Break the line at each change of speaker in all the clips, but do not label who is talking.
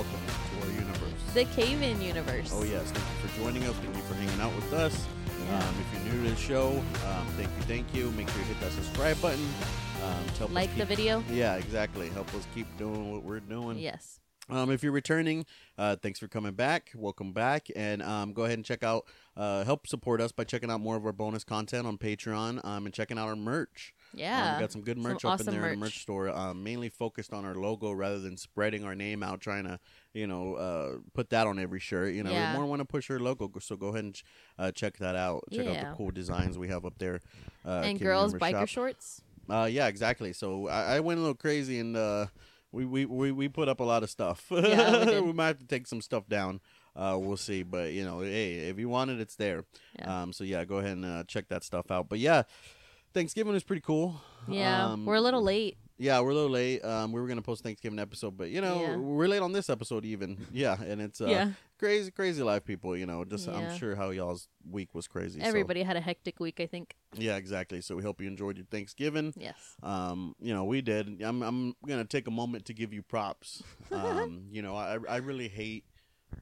Explorer universe.
The cave in universe.
Oh, yes. Thank you for joining us. Thank you for hanging out with us.
Yeah.
Um, if you're new to the show, um, thank you, thank you. Make sure you hit that subscribe button. Um, to help us
like the
keep-
video?
Yeah, exactly. Help us keep doing what we're doing.
Yes.
Um, if you're returning, uh, thanks for coming back. Welcome back, and um, go ahead and check out, uh, help support us by checking out more of our bonus content on Patreon, um, and checking out our merch. Um,
Yeah.
we got some good
Some
merch up in
awesome
there in the
merch.
merch store. Um, mainly focused on our logo rather than spreading our name out, trying to you know uh, put that on every shirt. You know,
Yeah.
we more want to push our logo, so go ahead and ch- uh, check that out. Check out
Yeah.
the cool designs we have up there. Uh,
and
Kitty
girls
Hammer
biker
Shop.
shorts.
Uh, yeah, exactly. So I, I went a little crazy and uh, we, we, we, we put up a lot of stuff.
Yeah, we did.
might have to take some stuff down. Uh, we'll see. But, you know, hey, if you want it, it's there.
Yeah.
Um, so, yeah, go ahead and uh, check that stuff out. But, yeah, Thanksgiving is pretty cool.
Yeah.
Um,
We're a little late.
Yeah, we're a little late. Um, we were going to post Thanksgiving episode, but, you know,
Yeah.
we're late on this episode even. Yeah, and it's uh,
yeah.
crazy, crazy life, people, you know. Just
Yeah.
I'm sure how y'all's week was crazy. so-
Everybody had a hectic week, I think.
yeah, exactly. So we hope you enjoyed your Thanksgiving.
Yes.
um, you know, we did. I'm, I'm gonna take a moment to give you props. Um, you know, I, I really hate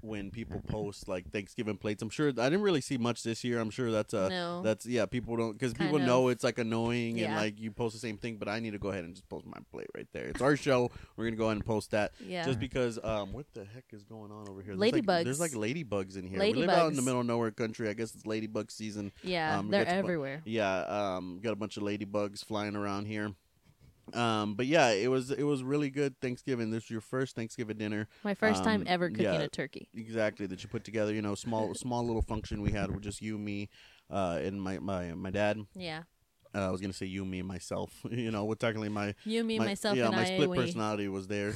when people post like Thanksgiving plates. I'm sure I didn't really see much this year. I'm sure that's a
no.
that's yeah. People don't because
Kind
people
of.
know it's like annoying and
Yeah.
like you post the same thing. But I need to go ahead and just post my plate right there. It's our show. We're gonna go ahead and post that
yeah.
just because um, what the heck is going on over here? There's like, there's like
Ladybugs.
ladybugs in here. We live out in the
Ladybugs.
middle of nowhere country. I guess it's ladybug season.
yeah.
um, we
they're
got to bu-
everywhere.
Yeah, um, got a bunch of ladybugs flying around here. Um, but yeah, it was it was really good Thanksgiving. This was your first Thanksgiving dinner,
My first time
um,
ever cooking
yeah.
a turkey.
exactly that you put together. You know, small small little function we had with just you, me, uh, and my my my dad.
Yeah.
Uh, I was gonna say you, me, myself. You know, well, technically my
You, me,
my-
myself,
yeah,
and
my
I.
split
we-
personality was there.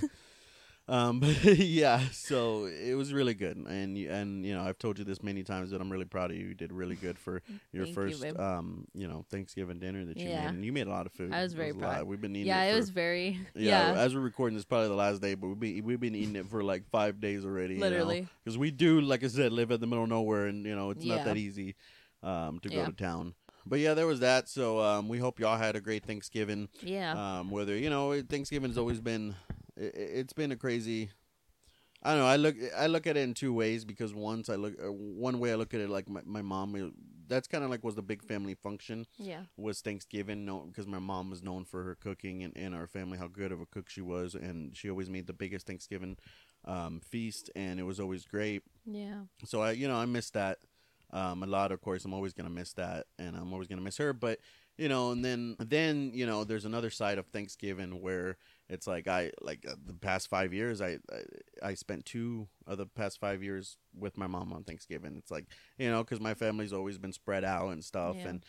um, but yeah, so it was really good, and you- and you know I've told you this many times, but I'm really proud of you. You did really good for your
Mm, Thank you,
first
babe.
um you know Thanksgiving dinner that you
Yeah.
made, and you made a lot of food.
I was
It
very
a
proud.
lot. We've been eating.
yeah,
it,
it
for-
was very.
Yeah,
Yeah.
as we're recording, this is probably the last day, but we've been we've been eating it for like five days already.
Literally.
because we do, like I said, live in the middle of nowhere, and you know it's
Yeah.
not that easy um to
Yeah.
go to town. But yeah, there was that. So um, we hope y'all had a great Thanksgiving
Yeah.
um, whether you know Thanksgiving's always been i- i it's been a crazy. I don't know. I look I look at it in two ways because once I look uh, one way I look at it like my, my mom uh, that's kind of like was the big family function
yeah.
was Thanksgiving no because my mom was known for her cooking and in our family how good of a cook she was and she always made the biggest Thanksgiving um, feast and it was always great
Yeah.
so I, you know, I miss that um, a lot. Of course, I'm always gonna miss that, and I'm always gonna miss her. But you know, and then then you know, there's another side of Thanksgiving where it's like I like uh, the past five years, I, I I spent two of the past five years with my mom on Thanksgiving. It's like you know, because my family's always been spread out and stuff,
Yeah.
and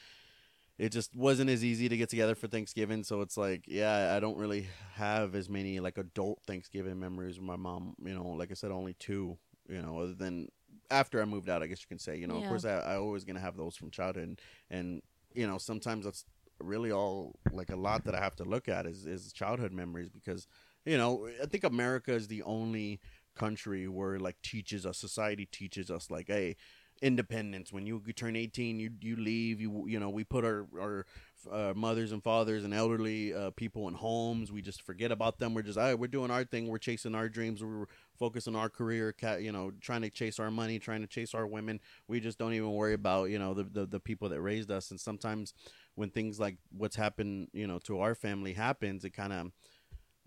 it just wasn't as easy to get together for Thanksgiving. So it's like, yeah, I don't really have as many like adult Thanksgiving memories with my mom. You know, like I said, only two. You know, other than after I moved out, I guess you can say. You know,
Yeah.
of course, I, I always gonna have those from childhood, and, and you know, sometimes that's really all like a lot that I have to look at is is childhood memories because you know I think America is the only country where like teaches us society teaches us like hey independence when you turn 18 you you leave you you know we put our our uh, mothers and fathers and elderly uh, people in homes we just forget about them we're just "Ah, we're doing our thing we're chasing our dreams we're focused on our career ca- you know trying to chase our money trying to chase our women we just don't even worry about you know the, the the people that raised us and sometimes when things like what's happened you know to our family happens it kind of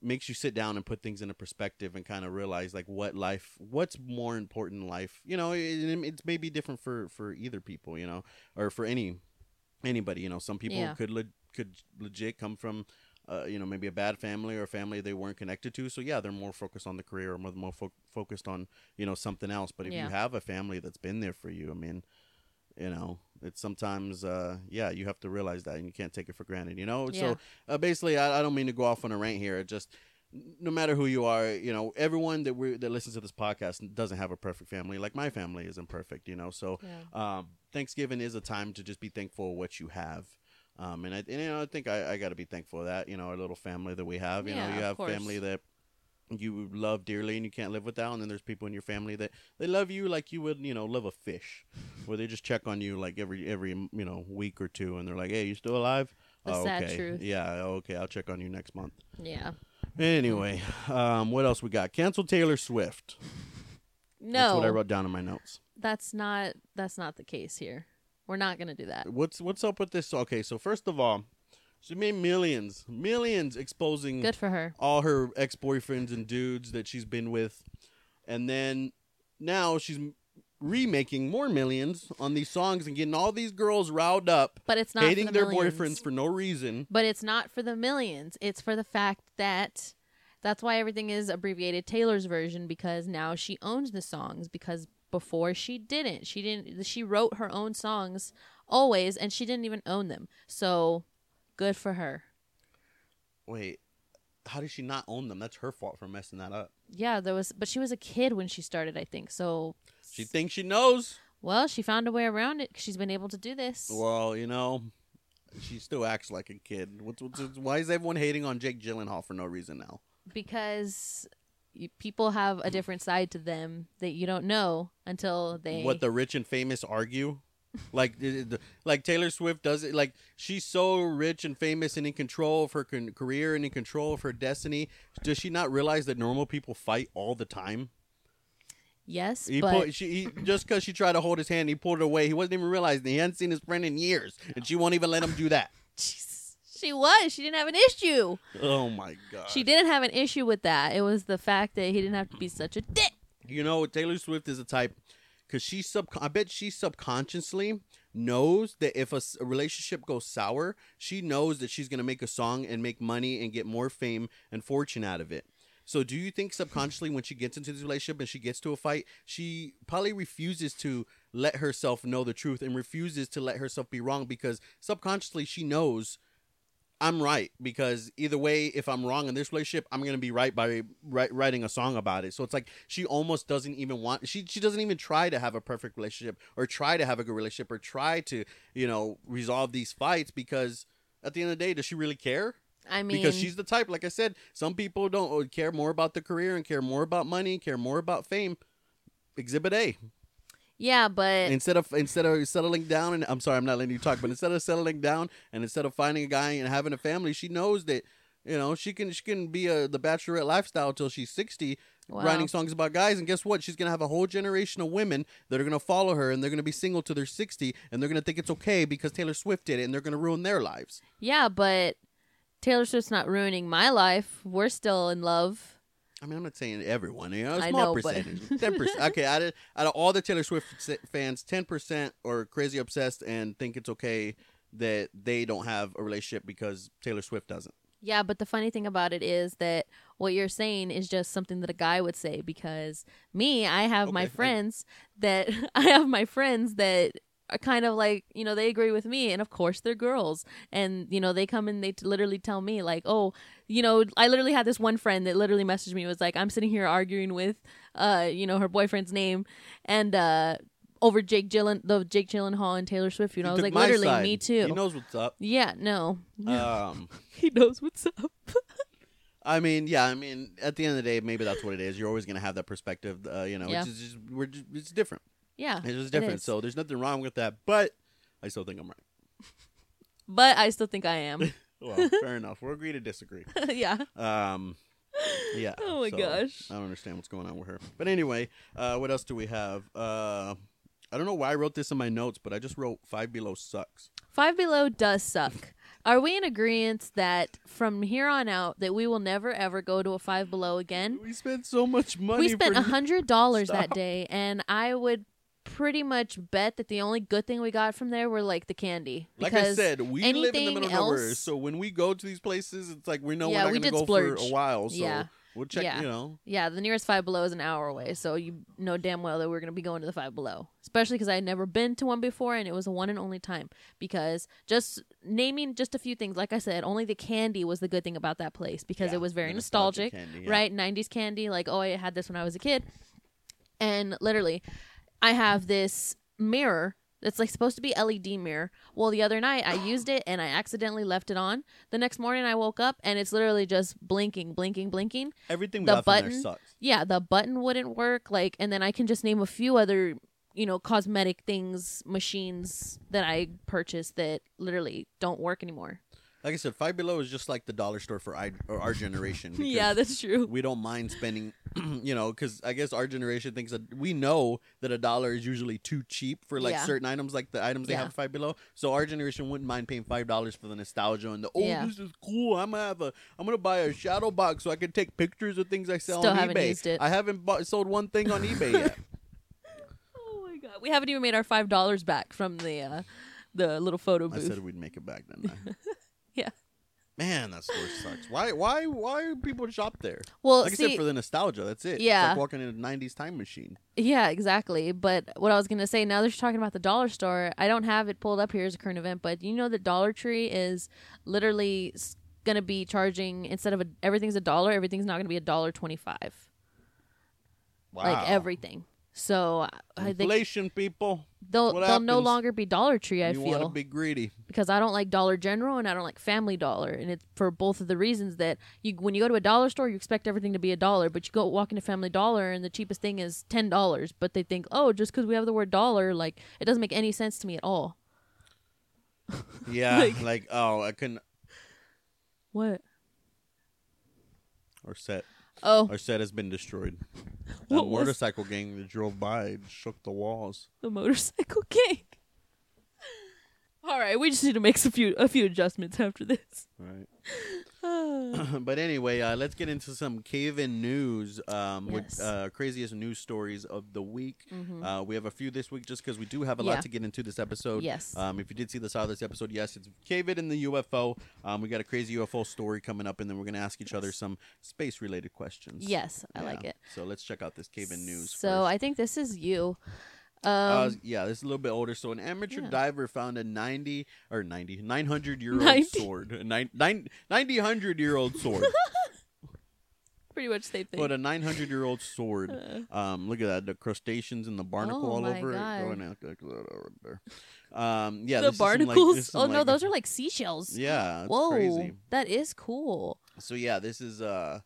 makes you sit down and put things into perspective and kind of realize like what life what's more important in life you know it, it, it's maybe different for for either people you know or for any anybody you know some people
Yeah.
could le- could legit come from uh, you know maybe a bad family or a family they weren't connected to so yeah they're more focused on the career or more, more fo- focused on you know something else but if
Yeah.
you have a family that's been there for you i mean you know it's sometimes uh yeah you have to realize that and you can't take it for granted you know
Yeah.
so uh, basically I, I don't mean to go off on a rant here it just no matter who you are you know everyone that we that listens to this podcast doesn't have a perfect family like my family isn't perfect you know so
Yeah.
um thanksgiving is a time to just be thankful for what you have um and i and, you know i think i, I got to be thankful of that you know our little family that we have you
Yeah,
know you
of
have
course.
family that you love dearly and you can't live without and then there's people in your family that they love you like you would you know love a fish where they just check on you like every every you know week or two and they're like hey you still alive Oh,
The sad
okay
truth.
yeah okay i'll check on you next month
Yeah.
anyway um what else we got cancel taylor swift That's what I
No,
wrote down in my notes.
that's not that's not the case here. We're not gonna do that.
What's what's up with this? Okay, so first of all, she made millions, millions exposing
Good for her.
all her ex boyfriends and dudes that she's been with, and then now she's m- remaking more millions on these songs and getting all these girls riled up,
But it's not
hating
for the
their
millions.
boyfriends for no reason.
But it's not for the millions. It's for the fact that that's why everything is abbreviated Taylor's version because now she owns the songs because before she didn't. She didn't she wrote her own songs always and she didn't even own them. So good for her.
Wait, how did she not own them? That's her fault for messing that up.
Yeah, there was but she was a kid when she started, I think. So
She thinks she knows.
well, she found a way around it. 'cause She's been able to do this.
Well, you know, she still acts like a kid. What's, what's, why is everyone hating on Jake Gyllenhaal for no reason now?
because y- people have a different side to them that you don't know until they
what the rich and famous argue like th- th- like taylor swift does it like she's so rich and famous and in control of her con- career and in control of her destiny does she not realize that normal people fight all the time
yes
he
but
pulled, she he, just because she tried to hold his hand he pulled it away he wasn't even realizing he hadn't seen his friend in years and she won't even let him do that
Jeez. she was she didn't have an issue
oh my god
she didn't have an issue with that it was the fact that he didn't have to be such a dick
You know, Taylor Swift is a type because she sub. I bet she subconsciously knows that if a, s- a relationship goes sour, she knows that she's gonna make a song and make money and get more fame and fortune out of it. So, do you think subconsciously, when she gets into this relationship and she gets to a fight, she probably refuses to let herself know the truth and refuses to let herself be wrong because subconsciously she knows I'm right because either way, if I'm wrong in this relationship, I'm gonna be right by write, writing a song about it. So it's like she almost doesn't even want she she doesn't even try to have a perfect relationship or try to have a good relationship or try to you know resolve these fights because at the end of the day, does she really care?
i mean
because she's the type, like I said, some people don't uh, care more about the career and care more about money and care more about fame. Exhibit A
yeah but
instead of instead of settling down and I'm sorry I'm not letting you talk, but instead of settling down and instead of finding a guy and having a family, she knows that you know she can she can be a the bachelorette lifestyle till she's 60
Wow.
writing songs about guys and guess what she's gonna have a whole generation of women that are gonna follow her and they're gonna be single till they're 60 and they're gonna think it's okay because taylor swift did it and they're gonna ruin their lives
yeah but taylor swift's not ruining my life we're still in love
i mean i'm not saying everyone you know a
I
small
know, but-
percentage 10% okay out of, out of all the taylor swift s- fans 10% are crazy obsessed and think it's okay that they don't have a relationship because taylor swift doesn't
yeah but the funny thing about it is that what you're saying is just something that a guy would say because me i have my
Okay, I-
friends that i have my friends that are kind of like you know they agree with me and of course they're girls and you know they come and they t- literally tell me like oh you know i literally had this one friend that literally messaged me was like i'm sitting here arguing with uh you know her boyfriend's name and uh over Jake Gyllen the Jake Gyllenhaal and Taylor Swift you know I was
took
like
my
literally
side.
me too
He knows what's up.
yeah no
Um,
he knows what's up
I mean, yeah, I mean, at the end of the day, maybe that's what it is. You're always gonna have that perspective, uh, you know.
Yeah.
It's just, just- we're just, it's different.
yeah
It's just
it
different.
is.
so there's nothing wrong with that. But I still think I'm
but I still think I am
right. Well, fair enough. We'll agree to disagree.
yeah
Um, yeah.
Oh my
so
gosh.
I don't understand what's going on with her. But anyway, uh, what else do we have? Uh, I don't know why I wrote this in my notes, but I just wrote Five Below sucks.
Five Below does suck. Are we in agreement that from here on out that we will never ever go to a Five Below again?
We spent so much money.
we spent
for
a hundred dollars that
Stop.
day, and I would pretty much bet that the only good thing we got from there were like the candy.
Like I
Because-
said, we live in the
anything
middle of nowhere,
else-
so when we go to these places, it's like we know we're
Yeah,
not
we
going to go
did
for
splurge.
a while. So
Yeah.
we'll check.
Yeah.
You know,
yeah, the nearest Five Below is an hour away, so you know damn well that we're gonna be going to the Five Below, especially because I had never been to one before, and it was a one and only time. Because just naming just a few things, like I said, only the candy was the good thing about that place because
Yeah,
it was very
the
nostalgic.
candy, yeah.
right? 90s candy. Like, oh, I had this when I was a kid. And literally, I have this mirror that's like supposed to be LED mirror. Well, the other night I used it and I accidentally left it on. The next morning I woke up and it's literally just blinking, blinking, blinking.
Everything we
The
got from there
button-
sucks.
Yeah, the button wouldn't work. Like, and then I can just name a few other, you know, cosmetic things, machines that I purchased that literally don't work anymore.
Like I said, Five Below is just like the dollar store for I, or our generation. because
yeah, that's true.
we don't mind spending, you know, because I guess our generation thinks that we know that a dollar is usually too cheap for like
Yeah.
certain items, like the items they
Yeah.
have at Five Below. So our generation wouldn't mind paying five dollars for the nostalgia and the oh,
Yeah.
this is cool. I'm gonna have a, I'm gonna buy a shadow box so I can take pictures of things I sell
Still
on
haven't
eBay.
used it.
I haven't bought, sold one thing on eBay yet.
Oh my god, we haven't even made our five dollars back from the uh, the little photo
I
booth.
said we'd make it back, didn't I?
Yeah.
Man, that store sucks. Why, why, why people shop there?
well,
like
see,
I said, for the nostalgia, that's it. It's
Yeah.
like walking in a '90s time machine.
Yeah, exactly. But what I was gonna say now that you're talking about the dollar store, I don't have it pulled up here as a current event, but you know the Dollar Tree is literally s- gonna be charging instead of a, everything's a dollar, everything's not gonna be a dollar twenty five,
Wow.
like everything. So I- I think
Inflation, people.
they'll
what
they'll no
happens?
longer be Dollar Tree. I
you want
feel
to be greedy.
because I don't like Dollar General and I don't like Family Dollar, and it's for both of the reasons that you when you go to a dollar store, you expect everything to be a dollar, but you go walk into Family Dollar and the cheapest thing is ten dollars, but they think oh just because we have the word dollar, like it doesn't make any sense to me at all.
Yeah, like,
Like-
oh, I couldn't.
What?
Our set,
Oh,
our set has been destroyed. The
What was-
motorcycle gang that drove by shook the walls.
the motorcycle gang. all right, we just need to make a few a few adjustments after this.
Right.
Ah.
but anyway, uh, let's get into some cave-in news um, with
Yes. Mm-hmm.
uh, craziest news stories of the week. Uh, we have a few this week just because we do have a
Yeah.
lot to get into this episode.
Yes.
Um, if you did see the side of this episode, yes, it's cave-in and the UFO. Um, we got a crazy UFO story coming up, and then we're gonna ask each other some space-related questions.
yes, I like
Yeah.
it.
So let's check out this cave-in news.
So
first.
I think this is you. Um,
Uh, yeah, this is a little bit older. So an amateur
Yeah.
diver found a 90 or 90 900 year old
90.
sword. A nine, nine, 90 100 year old sword.
pretty much same thing.
but a 900 year old sword. Um, look at that. The crustaceans and the barnacle
Uh. Oh
all
my
over
God.
it. Going out like that over there. Um, yeah, this
the
is some, like-
barnacles.
this is some,
oh no,
like-
those are like seashells.
Yeah, it's
Whoa,
crazy.
that is cool.
So yeah, this is uh,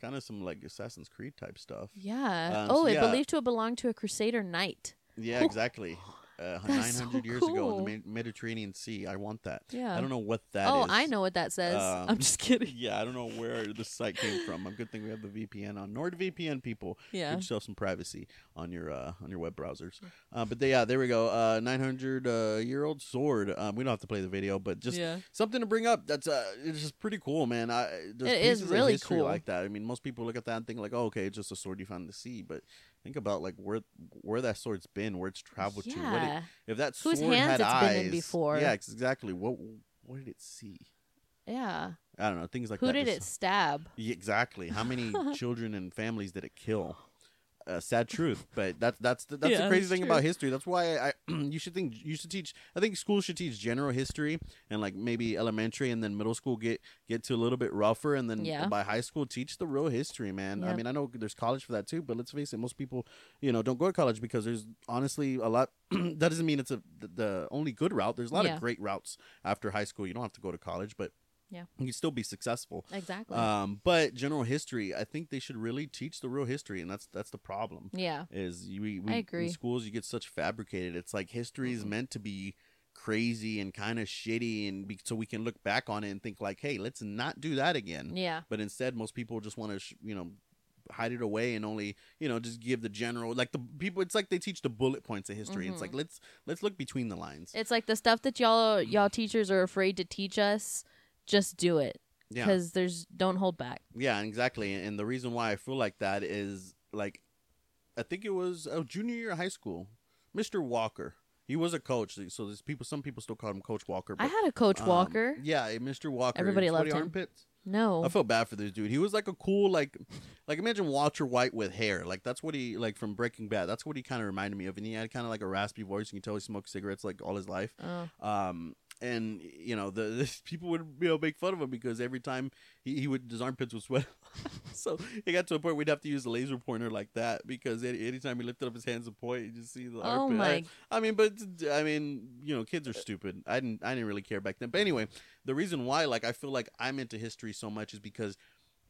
kind of some like Assassin's Creed type stuff.
Yeah.
Um,
oh,
so
it
yeah.
believed to have belonged to a Crusader knight.
Yeah, exactly. Uh,
That's
900
so
years ago in
cool.
the Me- Mediterranean Sea. I want that.
Yeah.
I don't know what that is.
oh, I know what that says.
Um,
I'm just kidding.
yeah, I don't know where this site came from. A good thing we have the VPN on NordVPN. People,
Yeah.
get yourself some privacy on your uh, on your web browsers. Uh, but they, yeah, there we go. Uh, Nine hundred uh, year old sword. Um, we don't have to play the video, but just
Yeah.
something to bring up. That's uh, it's just pretty cool, man. I there's
It is
pieces of
really
history
cool.
like that. I mean, most people look at that and think like, oh, okay, it's just a sword you found in the sea, but. Think about like where where that sword's been, where it's traveled to. What it,
Yeah.
if that sword
Whose hands
had
it's
eyes,
been in before.
yeah, ex- exactly. What what did it see?
Yeah.
I don't know things like
Who
that.
did
just-
it stab?
yeah, exactly. How many children and families did it kill? Uh, sad truth, but that's that's the, that's the
Yeah,
crazy
that's
thing
true.
about history. That's why I, you should think you should teach. I think schools should teach general history and like maybe elementary and then middle school get get to a little bit rougher and then
Yeah.
by high school teach the real history, man. I
Yep.
mean, I know there's college for that too, but let's face it, most people you know don't go to college because there's honestly a lot. that doesn't mean it's a, the, the only good route. There's a lot
Yeah.
of great routes after high school. You don't have to go to college, but
Yeah.
you can still be successful.
Exactly.
Um, but general history, I think they should really teach the real history, and that's that's the problem.
yeah.
Is you, we, we
I agree.
in schools you get such fabricated. It's like history is meant to be crazy and kind of shitty, and be, so we can look back on it and think like, hey, let's not do that again.
Yeah.
But instead, most people just want to, sh- you know, hide it away and only, you know, just give the general like the people. It's like they teach the bullet points of history. It's
Mhm.
like let's let's look between the lines.
It's like the stuff that y'all y'all teachers are afraid to teach us. Just do it
yeah.
because there's don't hold back.
Yeah, exactly. And the reason why I feel like that is like, I think it was oh, junior year of high school, Mr. Walker. He was a coach, so there's people. Some people still call him Coach Walker.
I had a Coach
um,
Walker.
Yeah, eh, Mr. Walker.
Everybody
His sweaty
loved him. Oh.
armpits.
No.
I feel bad for this dude. He was like a cool, like, like imagine Walter White with hair. Like that's what he like from Breaking Bad. That's what he kind of reminded me of. And he had kind of like a raspy voice. You can tell he smoked cigarettes like all his life
Oh.
um and you know the, the people would you know make fun of him because every time he, he would his armpits would sweat so it got to a point we'd have to use a laser pointer like that because any, anytime he lifted up his hands and point you just see the
Oh
armpit
my.
I, I mean but i mean you know kids are stupid i didn't i didn't really care back then but anyway the reason why like i feel like i'm into history so much is because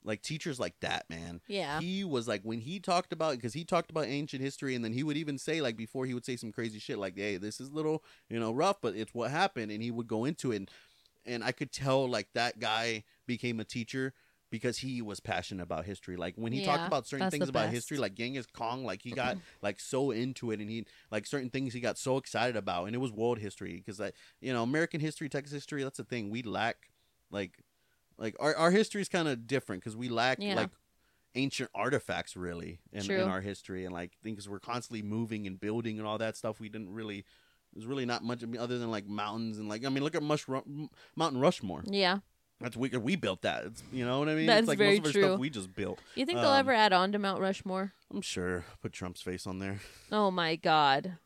like teachers like that man
Yeah.
he was like when he talked about because he talked about ancient history and then he would even say like before he would say some crazy shit like hey this is little you know rough but it's what happened and he would go into it and, and I could tell like that guy became a teacher because he was passionate about history. Like when he talked
Yeah,
about certain
that's
things
the
about
best.
history, like Genghis Kong, like he got like so into it, and he like certain things he got so excited about, and it was world history because that you know American history, Texas history, that's the thing we lack, like like our our history is kind of different because we lack
Yeah.
like ancient artifacts really in,
True.
in our history and like things we're constantly moving and building and all that stuff we didn't really there's really not much I mean, other than like mountains and like i mean look at Mush, M- mountain rushmore
Yeah.
that's we we built that. It's, you know what I mean?
That's
it's like
very
most of our
true.
stuff we just built.
You think they'll
Um,
ever add on to Mount Rushmore?
I'm sure put Trump's face on there.
Oh my God.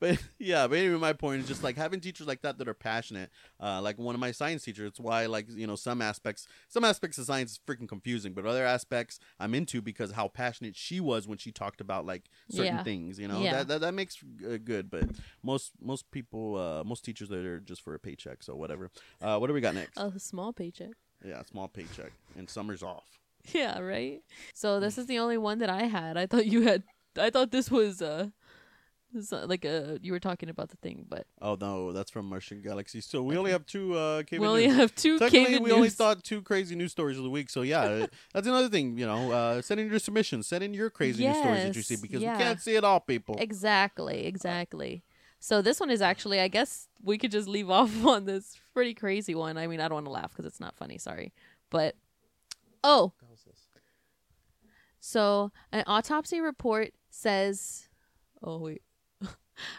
But yeah, but anyway, my point is just like having teachers like that that are passionate. Uh, like one of my science teachers. It's why like you know some aspects, some aspects of science is freaking confusing, but other aspects I'm into because how passionate she was when she talked about like certain
Yeah.
things. You know
Yeah.
that, that that makes uh, good. But most most people, uh, most teachers that are just for a paycheck. So whatever. Uh, what do we got next?
A small paycheck.
Yeah, small paycheck and summer's off.
Yeah, right? So
Hmm.
this is the only one that I had. I thought you had. I thought this was uh, this, uh, like a you were talking about the thing, but
Oh no, that's from Martian Galaxy. So we only have two uh cable
we only
news.
have two
Technically,
cable
we only
news.
thought two crazy news stories of the week. So yeah, uh, that's another thing. You know, uh, send in your submissions. Send in your crazy news stories that you
Yes,
see because
yeah.
we can't see it all, people.
Exactly, exactly. So this one is actually, I guess we could just leave off on this pretty crazy one. I mean, I don't want to laugh because it's not funny. Sorry, but oh, so an autopsy report says, oh wait,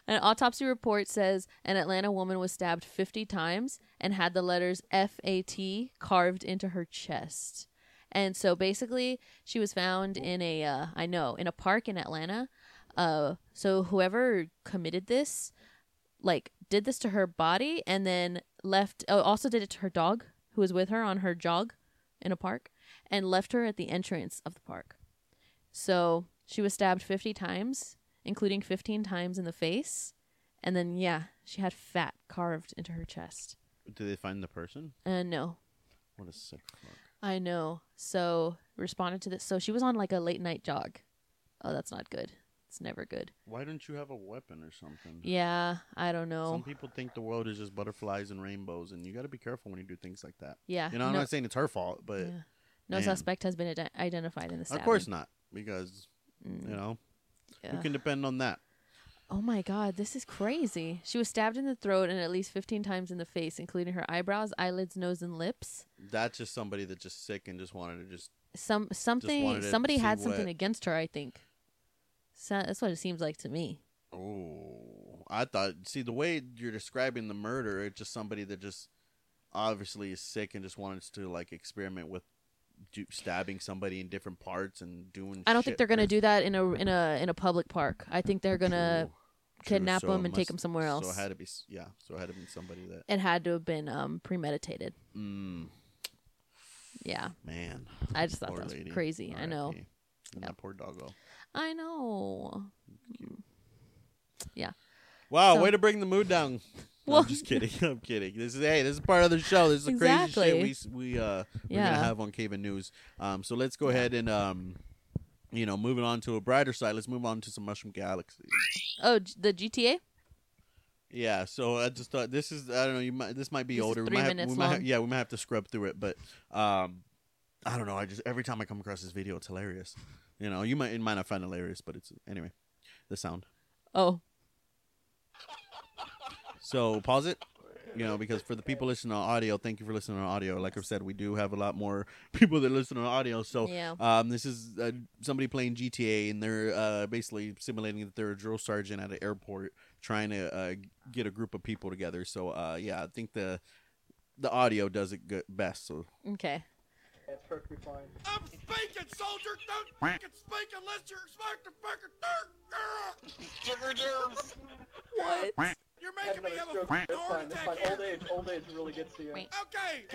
an autopsy report says an Atlanta woman was stabbed fifty times and had the letters F A T carved into her chest. And so basically, she was found in a, uh, I know, in a park in Atlanta. Uh, so whoever committed this, like, did this to her body and then left, oh, also did it to her dog, who was with her on her jog in a park, and left her at the entrance of the park. So she was stabbed 50 times, including 15 times in the face. And then, yeah, she had fat carved into her chest.
Did they find the person?
And no,
What a sick fuck.
I know. So responded to this. So she was on like a late night jog. Oh, that's not good. It's never good.
Why don't you have a weapon or something?
Yeah, I don't know.
Mm. Some people think the world is just butterflies and rainbows, and you got to be careful when you do things like that.
yeah,
You know, I'm
no,
not saying it's her fault, but
yeah. no
man.
suspect has been ide- identified in the stabbing.
of course not, because
Mm,
you know
yeah.
who can depend on that?
Oh my god, this is crazy. She was stabbed in the throat and at least 15 times in the face, including her eyebrows, eyelids, nose, and lips.
That's just somebody that's just sick and just wanted to just
Some something
wanted to
somebody
see
had something
what-
against her. I think. So that's what it seems like to me.
Oh, I thought. See, the way you're describing the murder, it's just somebody that just obviously is sick and just wants to like experiment with do, stabbing somebody in different parts and doing.
I don't
shit.
think they're gonna do that in a in a in a public park. I think they're gonna
True. True,
kidnap
so
them
it
and take
must-
them somewhere else.
So it had to be, s- yeah. So it had to be somebody that.
it had to have been um, premeditated.
Mm,
Yeah,
man,
I just thought
poor
that was
lady.
crazy. I
RIP.
know.
And that poor doggo.
I know.
Wow,
So-
way to bring the mood down. No,
Well-
I'm just kidding. I'm kidding. This is hey, this is part of the show. This is the
Exactly.
crazy shit we we uh we're
Yeah.
gonna have on Cave and News. Um, so let's go ahead and um, you know, moving on to a brighter side. Let's move on to some Mushroom Galaxy.
Oh, G- the GTA.
Yeah. So I just thought this is I don't know. You might this might be
This is
older. we
three
might have,
minutes
we might have-
long.
yeah, we might have to scrub through it, but um, I don't know. I just every time I come across this video, it's hilarious. You know, you might you might not find it hilarious, but it's anyway, the sound.
Oh,
So pause it. You know, because for the people listening on audio, thank you for listening on audio. Like I've said, we do have a lot more people that listen on audio. So
Yeah.
um, this is uh, somebody playing GTA, and they're uh, basically simulating that they're a drill sergeant at an airport trying to uh, get a group of people together. So uh, yeah, I think the the audio does it good, best. So
okay.
That's perfectly fine.
I'm speaking, soldier. Don't fucking speak unless you're smoking fucking dirt. Jigger jigger.
What?
You're
Have
making me
another stroke.
have a fucking
That's
heart
fine. That's
attack
fine.
here.
Old age, old age really gets to you.
Wait.
Okay,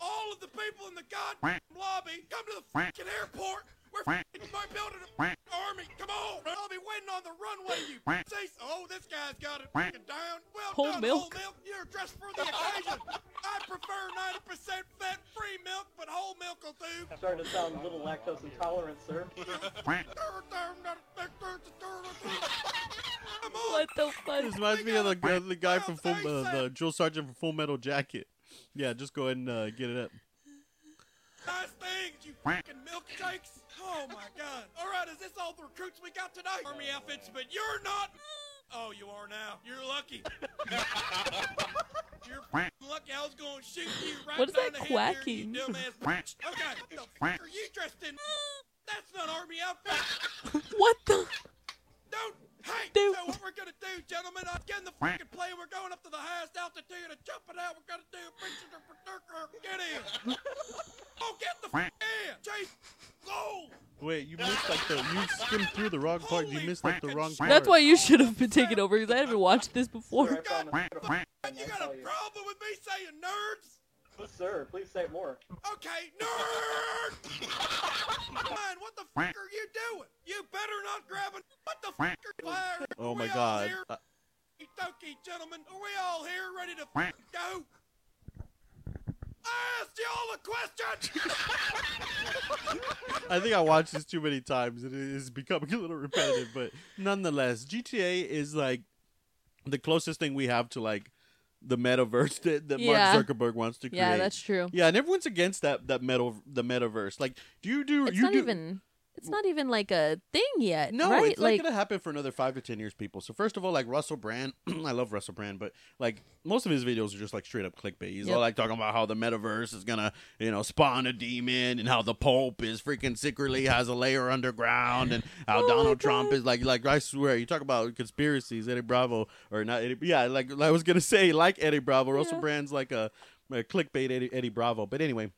all of the people in the goddamn lobby, come to the fucking airport. We're fucking building a fucking army. Come on, I'll be waiting on the runway. You see? Oh, this guy's got it fucking down. Well
Whole
done,
milk.
whole milk. You're dressed for the occasion. I prefer 90% fat-free milk, but whole milk will do.
Starting to sound a little lactose intolerant, sir.
Come on,
What the fuck?
This reminds me of the, the, the guy from Full,
Hey,
uh,
Sam.
the drill sergeant from Full Metal Jacket. Yeah, just go ahead and uh, get it up.
Nice things, you fucking milkshakes. Oh my god. Alright, is this all the recruits we got tonight? Army outfits, but you're not. Oh, you are now. You're lucky. you're fucking lucky. I was gonna shoot you right
What is
down
that
the head there, you
quacking?
dumbass bitch. Okay, what the fuck are you dressed in? That's not army outfit.
What the?
Don't. Hey,
Dude.
so what we're gonna do, gentlemen? I'm getting the fucking plane. We're going up to the highest altitude and jumping out. We're gonna do a picture of Get in. oh, get the fuck in. Chase. Go.
Wait, you missed like the you skimmed through the wrong part. You missed like the wrong part.
That's why you should have been taken over because I haven't watched this before.
Sir, I found a better one,
And you
I'll
got a
tell you.
problem with me saying nerds?
Sir, please say it more.
Okay, nerd. Man, what the fuck are you doing? You better not grab a. What the fuck are fired?
Oh
Are
my
we all
god.
here?
Uh,
Okey-dokey, gentlemen, are we all here ready to f- go? I asked y'all a question!
I think I watched this too many times. It is becoming a little repetitive, but nonetheless, GTA is like the closest thing we have to like the metaverse that, that
Yeah.
Mark Zuckerberg wants to create.
Yeah, that's true.
yeah, and everyone's against that that meta the metaverse. Like, do you do
It's
you
not
do
even. It's not even like a thing yet,
No,
right?
it's not gonna happen for another five to ten years, people. So first of all, like Russell Brand, I love Russell Brand, but like most of his videos are just like straight up clickbait. He's
Yep.
all like talking about how the metaverse is gonna, you know, spawn a demon, and how the Pope is freaking secretly has a layer underground, and how
Oh my
Donald
God.
Trump is like, like I swear, you talk about conspiracies, Eddie Bravo or not? Eddie, yeah, like I was gonna say, like Eddie Bravo, Russell
Yeah.
Brand's like a, a clickbait Eddie, Eddie Bravo, but anyway.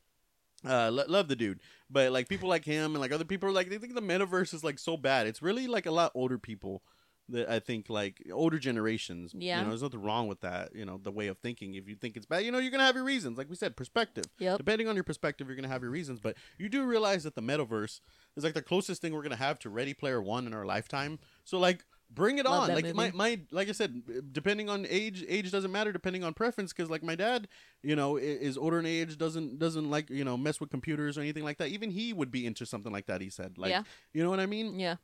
Uh, lo- love the dude, but like people like him and like other people are like they think the metaverse is like so bad. It's really like a lot older people that I think like older generations.
Yeah.
you know, there's nothing wrong with that. You know, the way of thinking. If you think it's bad, you know, you're gonna have your reasons. Like we said, perspective.
Yep.
Depending on your perspective, you're gonna have your reasons. But you do realize that the metaverse is like the closest thing we're gonna have to Ready Player One in our lifetime. So like. Bring it
Love
on!
that
Like my,
movie.
my like I said, depending on age, age doesn't matter. Depending on preference, because like my dad, you know i- is older in age doesn't doesn't like you know mess with computers or anything like that even he would be into something like that he said like
Yeah.
you know what i mean
yeah.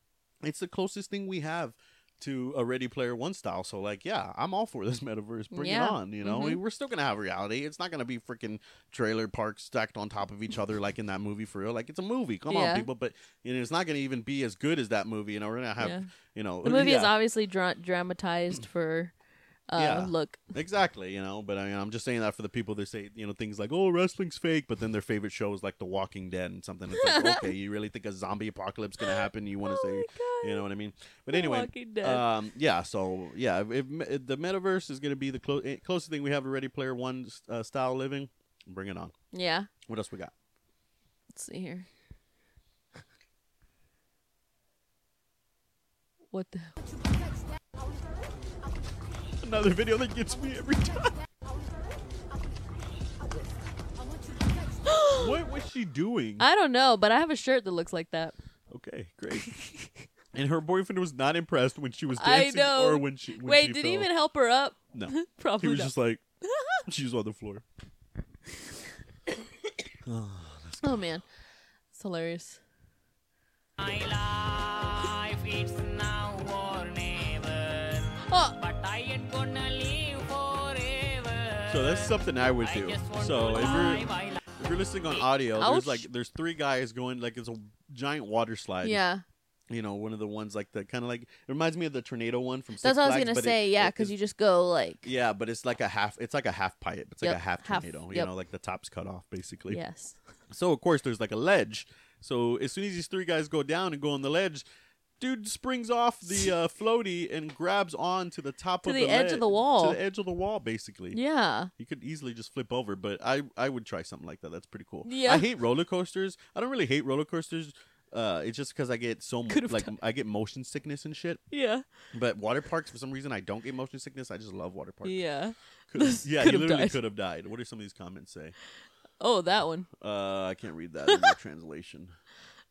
it's the closest thing we have to a ready player one style so like yeah i'm all for this metaverse bring
Yeah.
it on you know
Mhm.
we're still gonna have reality it's not gonna be freaking trailer parks stacked on top of each other like in that movie for real like it's a movie come
Yeah.
on people but you know, it's not gonna even be as good as that movie you know we're gonna have
Yeah.
you know
The movie
Oh, yeah.
is obviously dra- dramatized for uh,
Yeah.
look.
Exactly, you know, but I mean, I'm just saying that for the people that say, you know, things like, oh, wrestling's fake, but then their favorite show is like The Walking Dead and something. It's like, okay, you really think a zombie apocalypse going to happen? You want to
Oh my
say,
God.
you know what I mean? But
The
anyway,
Walking Dead.
um, yeah, so yeah, if, if the metaverse is going to be the clo- eh, closest thing we have to Ready Player One uh, style living, bring it on.
Yeah.
What else we got?
Let's see here. What the?
Another video that gets me every time. what was she doing?
I don't know, but I have a shirt that looks like that.
Okay, great. and her boyfriend was not impressed when she was
I
dancing
know.
or when she. When
Wait,
she
did
fell.
he even help her up?
No, he
Probably
was
not.
just like she was on the floor.
oh man, it's hilarious.
My life it's now or never.
Oh,
But I ain't gonna live forever.
So that's something I would
I
do.
just want
So
to live
if you're
my life.
if you're listening on audio, there's
Ouch.
like there's three guys going like it's a giant water slide.
yeah,
you know one of the ones like the kind of like it reminds me of the tornado one from. Six
that's what I was
Flags,
gonna
but it-
say. yeah,
it
because
is-
you just go like.
Yeah, but it's like a half. It's like a half pipe. It's like
Yep,
a half
half-
tornado. You
yep.
know, like the top's cut off basically.
Yes.
So of course there's like a ledge. So as soon as these three guys go down and go on the ledge, dude springs off the uh, floaty and grabs on to the top
To
of
the edge of
led-
the wall.
To the edge of the wall, basically.
Yeah.
You could easily just flip over, but I I would try something like that. That's pretty cool.
Yeah.
I hate roller coasters. I don't really hate roller coasters. Uh, it's just because I get so mo-
Could've
like
done-
I get motion sickness and shit.
Yeah.
But water parks, for some reason, I don't get motion sickness. I just love water parks.
Yeah.
Could- yeah, you
could've
literally
died.
could have died. What do some of these comments say?
Oh, that one.
Uh, I can't read that in the translation.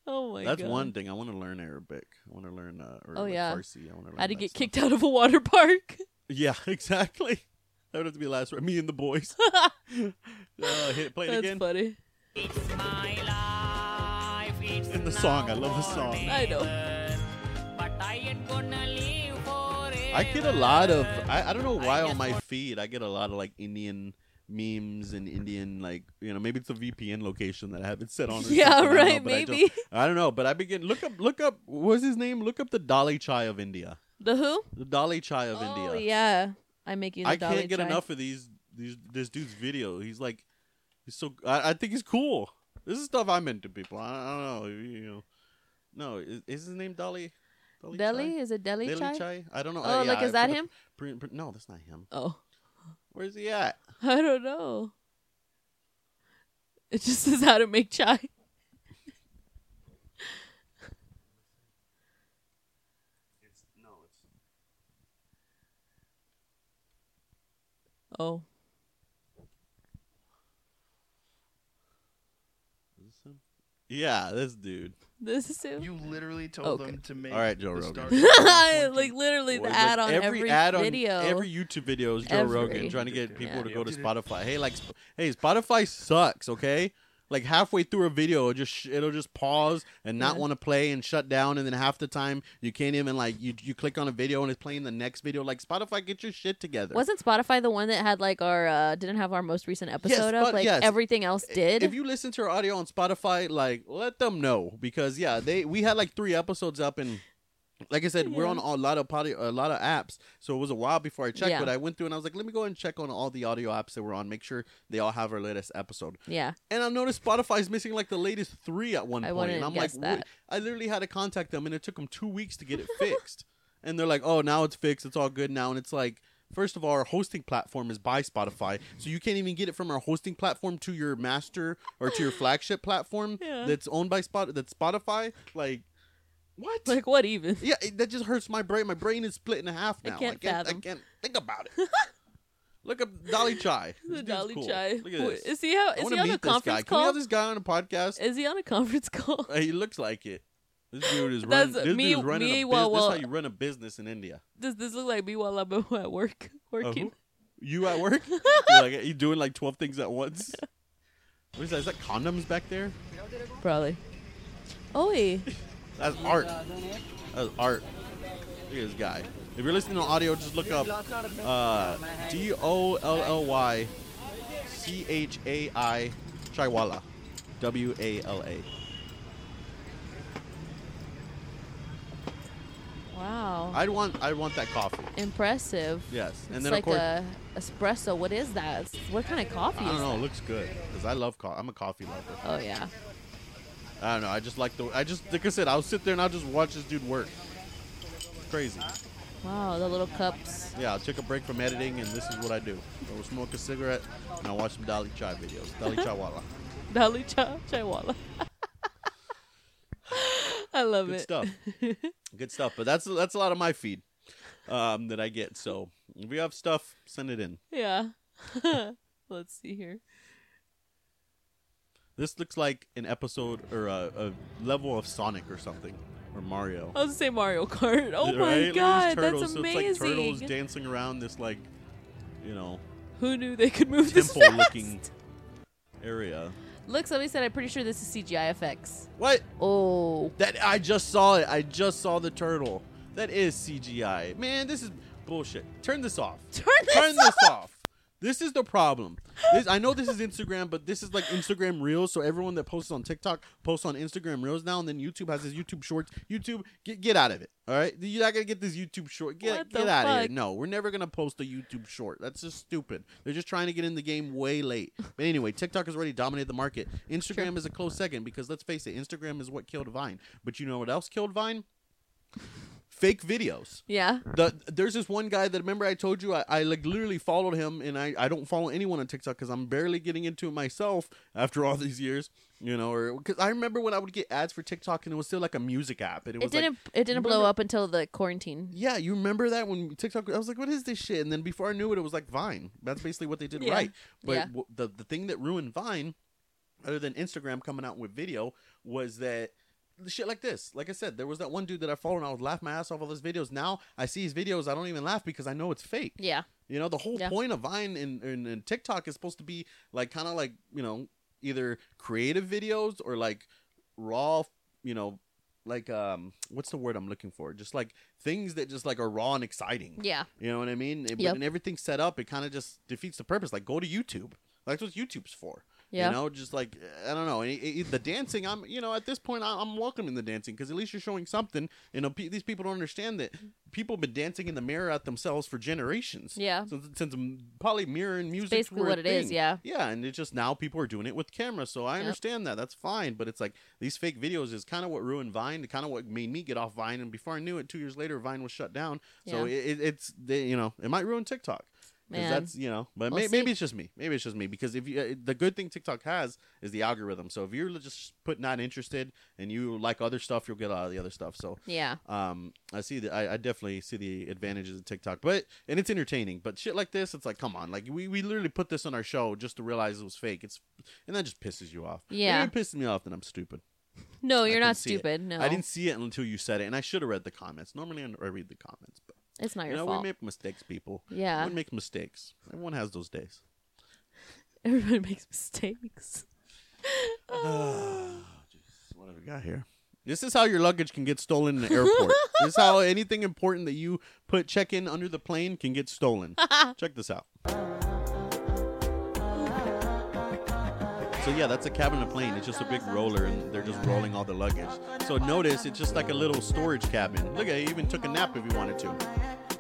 Oh my
That's
god.
one thing. I want to learn Arabic. I want to learn uh, or
Oh,
like
yeah.
Farsi. I want to learn.
How to
that
get
stuff.
kicked out of a water park.
Yeah, exactly. That would have to be the last. word. Me and the boys. uh, hit, play it
That's
again.
funny.
It's my life. It's
In the song, I
now
love the
or
song.
I know.
never. But I ain't gonna live forever.
I get a lot of I, I don't know why on my feed I get a lot of like Indian memes and Indian like you know maybe it's a VPN location that I haven't set on. Or
yeah,
something, I don't know,
right.
but I don't-
Maybe
I don't know, but I begin look up look up what's his name? Look up the Dalai Chai of India.
the Who?
The Dalai Chai of
oh
India.
yeah, I make you. The
I can't
Dolly
get
Chai.
enough of these these this dude's video. He's like he's so I, I think he's cool. This is stuff I'm into people. I, I don't know, you know. No, is, is his name Dolly?
Delhi is it Delhi,
Delhi
Chai?
Chai? I don't know.
Oh,
Uh, yeah,
like
I
is that
put a
him?
pre- pre- no, that's not him.
Oh,
Where's he at?
I don't know. It just says how to make chai.
It's, no, it's
Oh,
is this him? Yeah, this dude.
this is him.
You literally told
Okay.
them to make.
All right, Joe
the
Rogan.
Star Trek
I-
pointy-
like literally
Well,
the
it's
ad
like
on every,
ad on
video.
every YouTube video is Joe
Every.
Rogan trying to get people to
Yeah.
go to Spotify. Hey, like, Sp- hey, Spotify sucks. Okay, like halfway through a video, it'll just sh- it'll just pause and not
Yeah.
want to play and shut down, and then half the time you can't even like you you click on a video and it's playing the next video. Like Spotify, get your shit together.
Wasn't Spotify the one that had like our uh didn't have our most recent episode
Spot-
of like
yes.
everything else did?
If you listen to our audio on Spotify, like let them know because yeah, they we had like three episodes up and like I said, we're
Yeah.
on a lot of podi- a lot of apps, so it was a while before I checked.
Yeah.
But I went through and I was like, let me go and check on all the audio apps that we're on, make sure they all have our latest episode.
yeah.
And I noticed Spotify's missing like the latest three at one
I
point,
wouldn't
and I'm
guess
like,
that.
Wait. I literally had to contact them, and it took them two weeks to get it fixed. and they're like, oh, now it's fixed, it's all good now, and it's like. First of all, our hosting platform is by Spotify, so you can't even get it from our hosting platform to your master or to your flagship platform
Yeah.
that's owned by Spot that's Spotify. Like, what?
Like what even?
Yeah, it, that just hurts my brain. My brain is split in half
I
now.
can't fathom.
I can't think about it. Look up Dolly Chai. This
The
dude's
Dolly
cool.
Chai.
Look at
Who-
this.
Is he how
I
is
want
he
to
on
meet
a
this guy.
conference
Can we
call?
have this guy on a podcast?
Is he on a conference call?
Uh, He looks like it. This dude is
That's
running. This
me-
dude is running
me
a business.
while-
This is how
while-
you run a business in India.
Does this look like me while I'm at work
Uh,
working?
who? You at work? You're like you doing like twelve things at once. What is that? Is that condoms back there?
Probably. Oi.
That's art. That's art. Look at this guy. If you're listening to audio, just look up uh, D O L L Y C H A I Chaiwala. W A L A.
Wow.
I'd want I'd want that coffee.
Impressive.
Yes. And
it's
then
like
of course
a espresso. What is that? It's- What kind of coffee
I don't
is
know.
that?
It looks good because I love coffee. I'm a coffee lover.
Oh yeah.
I don't know. I just like the. I just like I said. I'll sit there and I'll just watch this dude work. It's crazy.
Wow, the little cups.
Yeah. I'll take a break from editing and this is what I do. I'll smoke a cigarette and I'll watch some Dolly Chai videos. Dolly Chai Wala.
Dali Cha Chaiwala. I love
Good
it.
stuff. Good stuff. But that's that's a lot of my feed um, that I get. So if you have stuff, send it in.
yeah. Let's see here.
This looks like an episode or a, a level of Sonic or something or Mario.
I was gonna say Mario Kart.
Right? Look
Oh
at
my
these
god,
turtles.
that's
So it's like turtles
amazing.
dancing around this like, you know,
Who knew they could move this
temple
fast?
looking area.
Look, somebody said I'm pretty sure this is CGI effects.
What?
Oh,
That I just saw it. I just saw the turtle. That is CGI. Man, this is bullshit. Turn this off.
turn this.
Turn this off. This is the problem. This, I know this is Instagram, but this is like Instagram Reels. So everyone that posts on TikTok posts on Instagram Reels now, and then YouTube has this YouTube Shorts. YouTube, get get out of it. All right, you're not gonna get this YouTube Short. Get
What the
get out of here.
fuck?
No, we're never gonna post a YouTube Short. That's just stupid. They're just trying to get in the game way late. But anyway, TikTok has already dominated the market. Instagram is a close second because let's face it, Instagram is what killed Vine. But you know what else killed Vine? Fake videos.
Yeah.
The, there's this one guy that remember I told you I, I like literally followed him and I, I don't follow anyone on TikTok because I'm barely getting into it myself after all these years, you know. Or because I remember when I would get ads for TikTok and it was still like a music app and it
It,
was like
didn't. it didn't blow
remember-
up until the quarantine.
yeah, you remember that when TikTok? I was like, what is this shit? And then before I knew it, it was like Vine. That's basically what they did
Yeah.
right. But
Yeah.
w- the the thing that ruined Vine, other than Instagram coming out with video, was that shit like this. Like I said, there was that one dude that I followed and I was laughing my ass off all his videos. Now I see his videos, I don't even laugh because I know it's fake.
Yeah.
You know, the whole
Yeah.
point of Vine and, and, and TikTok is supposed to be like kind of like, you know, either creative videos or like raw, you know, like um what's the word I'm looking for? Just like things that just like are raw and exciting.
Yeah.
You know what I mean? It,
Yep.
And everything's set up, it kind of just defeats the purpose. Like go to YouTube. That's what YouTube's for.
Yeah.
You know, just like I don't know, and it- it- the dancing. I'm, you know, at this point, I- I'm welcoming the dancing because at least you're showing something. You know, pe- these people don't understand that people have been dancing in the mirror at themselves for generations.
Yeah.
since, since probably mirror and music.
basically what
it
it
is.
is, yeah.
Yeah, and it's just now people are doing it with camera, so I
Yep.
understand that. That's fine, but it's like these fake videos is kind of what ruined Vine, kind of what made me get off Vine, and before I knew it, two years later, Vine was shut down. So it,
Yeah.
it, it's they, you know it might ruin TikTok. 'Cause
Man.
that's you know, but
We'll
may,
see.
maybe it's just me. Maybe it's just me because if you, uh, the good thing TikTok has is the algorithm. So if you're just put not interested and you like other stuff, you'll get all the other stuff. So
Yeah.
um, I see that I, I definitely see the advantages of TikTok, but and it's entertaining. But shit like this, it's like, come on, like we, we literally put this on our show just to realize it was fake. It's and that just pisses you off.
Yeah.
it pisses me off that I'm stupid.
No,
I
you're
can
not
see it.
stupid. No,
I didn't see it until you said it, and I should have read the comments. Normally, I I read the comments, but
it's not
you
your
know
fault.
we make mistakes, people.
Yeah.
we make mistakes. Everyone has those days.
Everybody makes mistakes.
Oh, Jesus, what have we got here? This is how your luggage can get stolen in the airport. this is how anything important that you put check in under the plane can get stolen. check this out. So yeah, that's a cabin in a plane. It's just a big roller, and they're just rolling all the luggage. So notice it's just like a little storage cabin. Look, I even took a nap if you wanted to.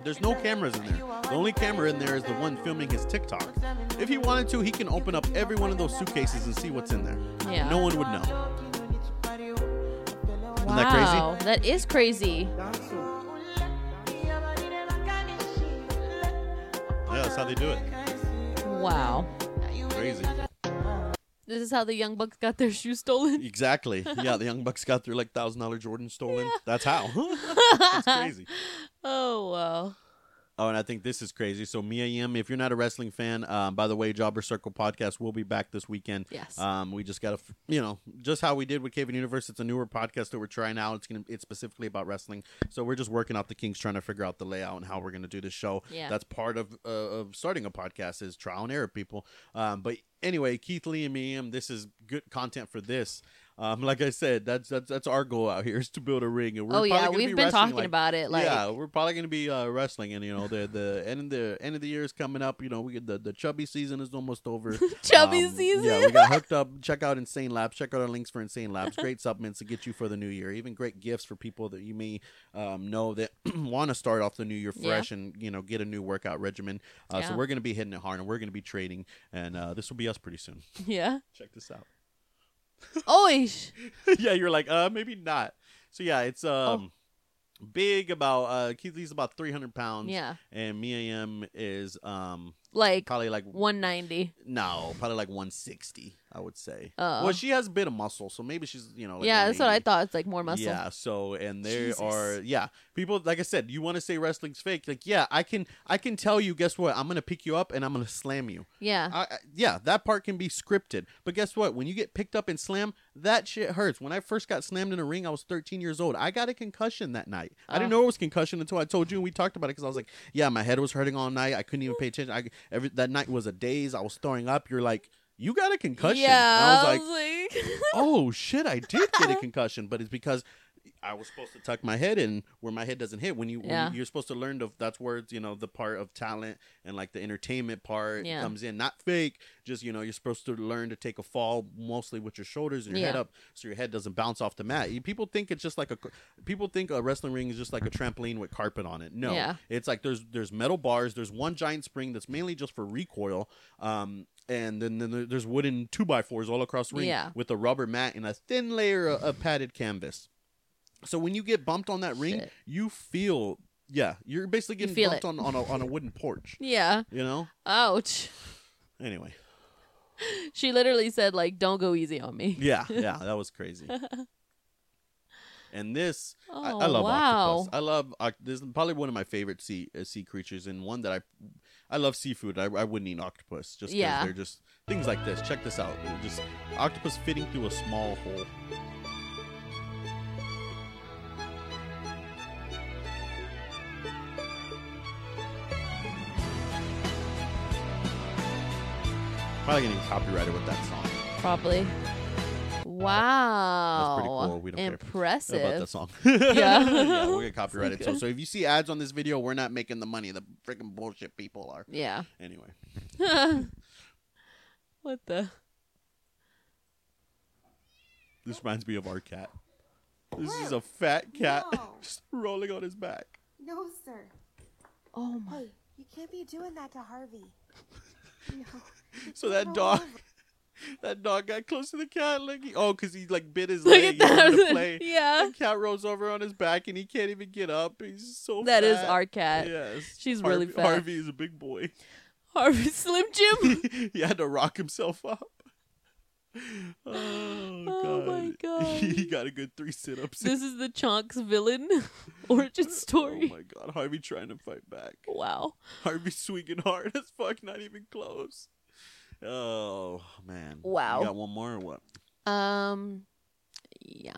There's no cameras in there. The only camera in there is the one filming his TikTok. If he wanted to, he can open up every one of those suitcases and see what's in there.
Yeah.
No one would know.
wow,
that crazy?
that is crazy.
Yeah, that's how they do it.
Wow,
Crazy.
this is how the young bucks got their shoes stolen.
Exactly. Yeah, the Young Bucks got their like thousand dollar Jordan stolen. That's how. that's crazy.
Oh wow.
Oh, and I think this is crazy. So Mia Yim, if you're not a wrestling fan, um, by the way, Jobber Circle podcast will be back this weekend.
Yes.
Um, we just got to, you know, just how we did with Cave and Universe. It's a newer podcast that we're trying out. It's gonna, it's specifically about wrestling. So we're just working out the kinks, trying to figure out the layout and how we're gonna do this show.
Yeah.
That's part of uh, of starting a podcast is trial and error, people. Um, but anyway, Keith Lee and Mia Yim, this is good content for this. Um, like I said, that's that's that's our goal out here is to build a ring, and we're
oh
probably
yeah,
gonna be
we've been
wrestling,
talking
like,
about it. Like
yeah, we're probably gonna be uh, wrestling, and you know the the end of the end of the year is coming up. You know, we the the chubby season is almost over.
Chubby
Um, Yeah,
season?
we got hooked up. Check out Insane Labs. Check out our links for Insane Labs. Great supplements to get you for the new year. Even great gifts for people that you may um, know that want to start off the new year
Yeah.
fresh and you know get a new workout regimen. Uh, So
Yeah.
we're gonna be hitting it hard, and we're gonna be trading, and uh, this will be us pretty soon.
yeah.
Check this out.
Oh, sh-
yeah, you're like, uh, maybe not. So yeah, it's
Oh.
um big about uh Keith Lee's about three hundred pounds.
yeah,
And Mia Yim is um
like
probably like
190.
no, probably like one sixty, I would say.
Oh.
Well, she has a bit of muscle, so maybe she's you know like
yeah, that's what I
180.
thought. It's like more muscle.
Yeah, so and there
Jesus.
are yeah, people like I said, you want to say wrestling's fake? Like yeah, I can I can tell you guess what? I'm going to pick you up and I'm going to slam you.
Yeah.
I, I- yeah, that part can be scripted. But guess what? When you get picked up and slammed, that shit hurts. When I first got slammed in a ring, I was 13 years old. I got a concussion that night. I didn't
Oh.
know it was concussion until I told you and we talked about it because I was like, yeah, my head was hurting all night. I couldn't even pay attention. I, every, that night was a daze. I was throwing up. You're like, you got a concussion. And
Yeah,
I was like,
I was like-
oh shit, I did get a concussion, but it's because I was supposed to tuck my head in where my head doesn't hit. When you
Yeah.
when you're supposed to learn to that's where you know the part of talent and like the entertainment part
Yeah.
comes in, not fake. Just you know you're supposed to learn to take a fall mostly with your shoulders and your head
Yeah.
up, so your head doesn't bounce off the mat. You- People think it's just like a people think a wrestling ring is just like a trampoline with carpet on it. No,
Yeah.
it's like there's there's metal bars. There's one giant spring that's mainly just for recoil. Um, and then, then there- there's wooden two by fours all across the ring
Yeah.
with a rubber mat and a thin layer of, of padded canvas. So when you get bumped on that ring,
Shit.
you feel yeah, you're basically getting
feel
bumped
it.
on on a, on a wooden porch.
yeah.
You know.
Ouch.
Anyway,
She literally said like, "Don't go easy on me."
yeah, yeah, that was crazy. And this, I, I
Oh,
love
wow.
octopus. I love oc- this is probably one of my favorite sea uh, sea creatures, and one that I, I love seafood. I, I wouldn't eat octopus just 'cause
Yeah.
they're just things like this. Check this out, They're just octopus fitting through a small hole. Probably getting copyrighted with that song.
Probably. Wow.
pretty cool. We don't care
Impressive.
about that song.
Yeah.
we're gonna copyright it. So, so if you see ads on this video, we're not making the money. The freaking bullshit people are.
Yeah.
Anyway,
what the?
this reminds me of our cat. This is a fat cat
No.
just rolling on his back.
No, sir.
Oh my.
Hey, you can't be doing that to Harvey. No.
So that
Roll
dog,
over.
that dog got close to the cat. Like, he, oh, because he like bit his
Look
leg.
at
He wanted to
that.
play.
yeah.
The cat rolls over on his back and he can't even get up. He's so
That is
fat.
our cat.
Yes,
She's
Harvey,
really fat.
Harvey is a big boy.
Harvey Slim Jim.
he had to rock himself up. Oh,
Oh, my God.
he got a good three sit-ups.
this is the Chonks villain origin
Oh
story.
my god, Harvey trying to fight back.
wow.
Harvey swinging hard as fuck, not even close. Oh man!
Wow.
You got one more or what?
Um. Yeah.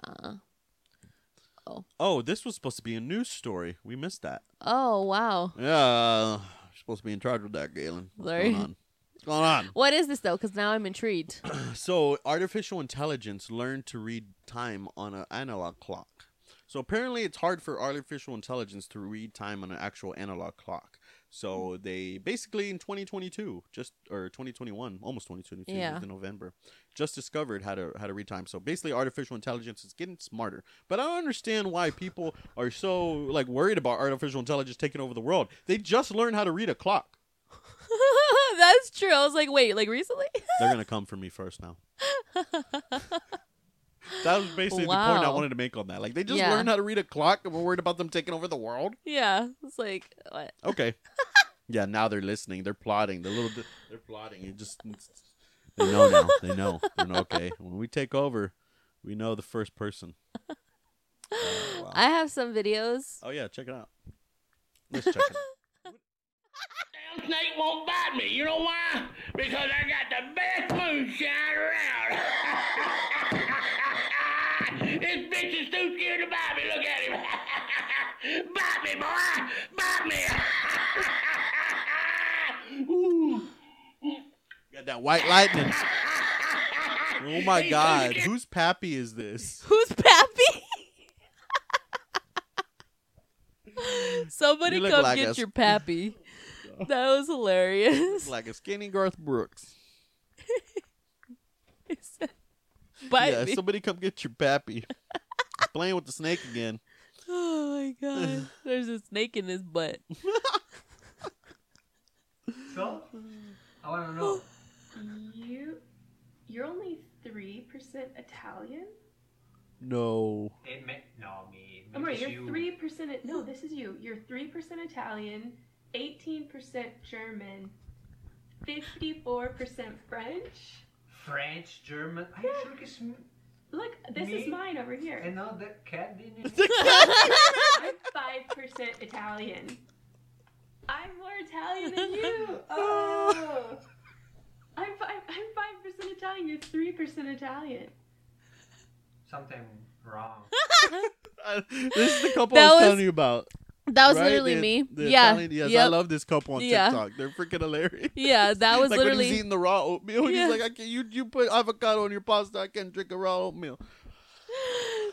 Oh, this was supposed to be a news story. We missed that.
Oh wow.
Yeah, uh, you're supposed to be in charge of that, Galen. What's
Larry.
going on? What's going on?
What is this though? Because now I'm intrigued.
So, artificial intelligence learned to read time on an analog clock. So, apparently, it's hard for artificial intelligence to read time on an actual analog clock. So, they basically in 2022, just or 2021, almost 2022,
Yeah.
in November, just discovered how to how to read time. So, basically, artificial intelligence is getting smarter. But I don't understand why people are so like worried about artificial intelligence taking over the world. They just learned how to read a clock.
That's true. I was like, wait, like recently?
They're gonna come for me first now. that was basically the point I
Wow.
wanted to make on that. Like they just
Yeah.
learned how to read a clock, and we're worried about them taking over the world.
yeah. It's like what?
Okay. yeah, now they're listening. They're plotting. They're little. They're plotting. It just. They know now. They know. They know, Okay. When we take over, we know the first person. Oh, wow.
I have some videos.
oh yeah, check it out. Let's check it. out.
damn snake won't bite me. You know why? Because I got the best moonshine around. this bitch is too scared to bite me. Look at him. bite me, boy. Bite me. Ooh.
Got that white lightning. Oh my
He's too
God!
scared.
Whose pappy is this?
Who's Pappy? Somebody
You look
come
like
get
us.
your Pappy. that was hilarious.
Like a skinny Garth Brooks.
Bite
yeah,
me.
somebody come get your pappy. He's playing with the snake again.
Oh my god. There's a snake in his butt.
So, I want to know. You, you're only three percent Italian.
No.
It meant no me. It you're three percent. No, this is you. You're three percent Italian, eighteen percent German, fifty-four percent French.
French, German. Are you sure it's m-
Look, this is
Me?
mine over here.
another cat didn't
I'm five percent Italian. I'm more Italian than you. Oh. I'm five. I'm five percent Italian. You're three percent Italian.
something wrong?
this is the couple
That
I was,
was-
telling you about.
That was
right?
literally
The-
me.
the
yeah.
Italian- yes,
yep.
I love this couple on
Yeah.
TikTok. They're freaking hilarious.
yeah, that was
like when he's
literally
eating the raw oatmeal,
Yeah.
he's like, "I can you you put avocado on your pasta? I can't drink a raw oatmeal."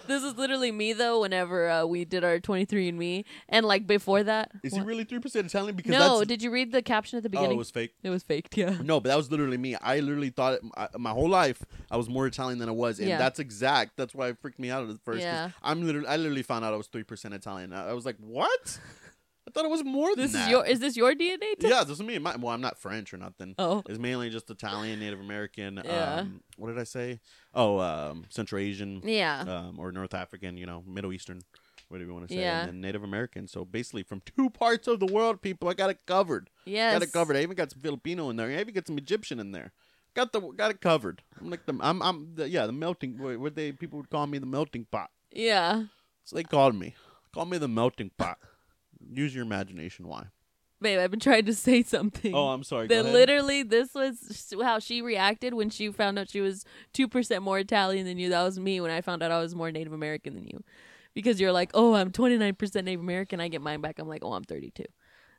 this is literally me though whenever uh, we did our 23 and me and like before that.
Is
What?
he really three percent Italian? Because
No,
that's,
did you read the caption at the
oh,
beginning?
it was fake.
It was faked, yeah.
No, but that was literally me. I literally thought it, I, my whole life I was more Italian than I was, and
Yeah.
that's exact. That's why it freaked me out at first. 'cause
Yeah.
I'm literally, I literally found out I was three percent Italian. I, I was like, what? I thought it was more than
This
that.
is your is this your DNA test?
yeah, this is me. My, well, I'm not French or nothing.
Oh.
It's mainly just Italian, Native American.
Yeah.
Um, what did I say? Oh, um, Central Asian
Yeah.
um, or North African, you know, Middle Eastern, whatever you want to say,
Yeah.
and then Native American. So basically, from two parts of the world, people, I got it covered.
yes.
Got it covered. I even got some Filipino in there. I even got some Egyptian in there. Got the got it covered. I'm like the I'm I'm the, yeah the melting. What what they people would call me the melting pot.
Yeah.
So they called me. Call me the melting pot. Use your imagination. Why?
Babe, I've been trying to say something.
Oh, I'm sorry.
that literally this was how she reacted when she found out she was 2% more Italian than you. That was me when I found out I was more Native American than you. Because you're like, "Oh, I'm 29% Native American. I get mine back." I'm like, "Oh, I'm 32."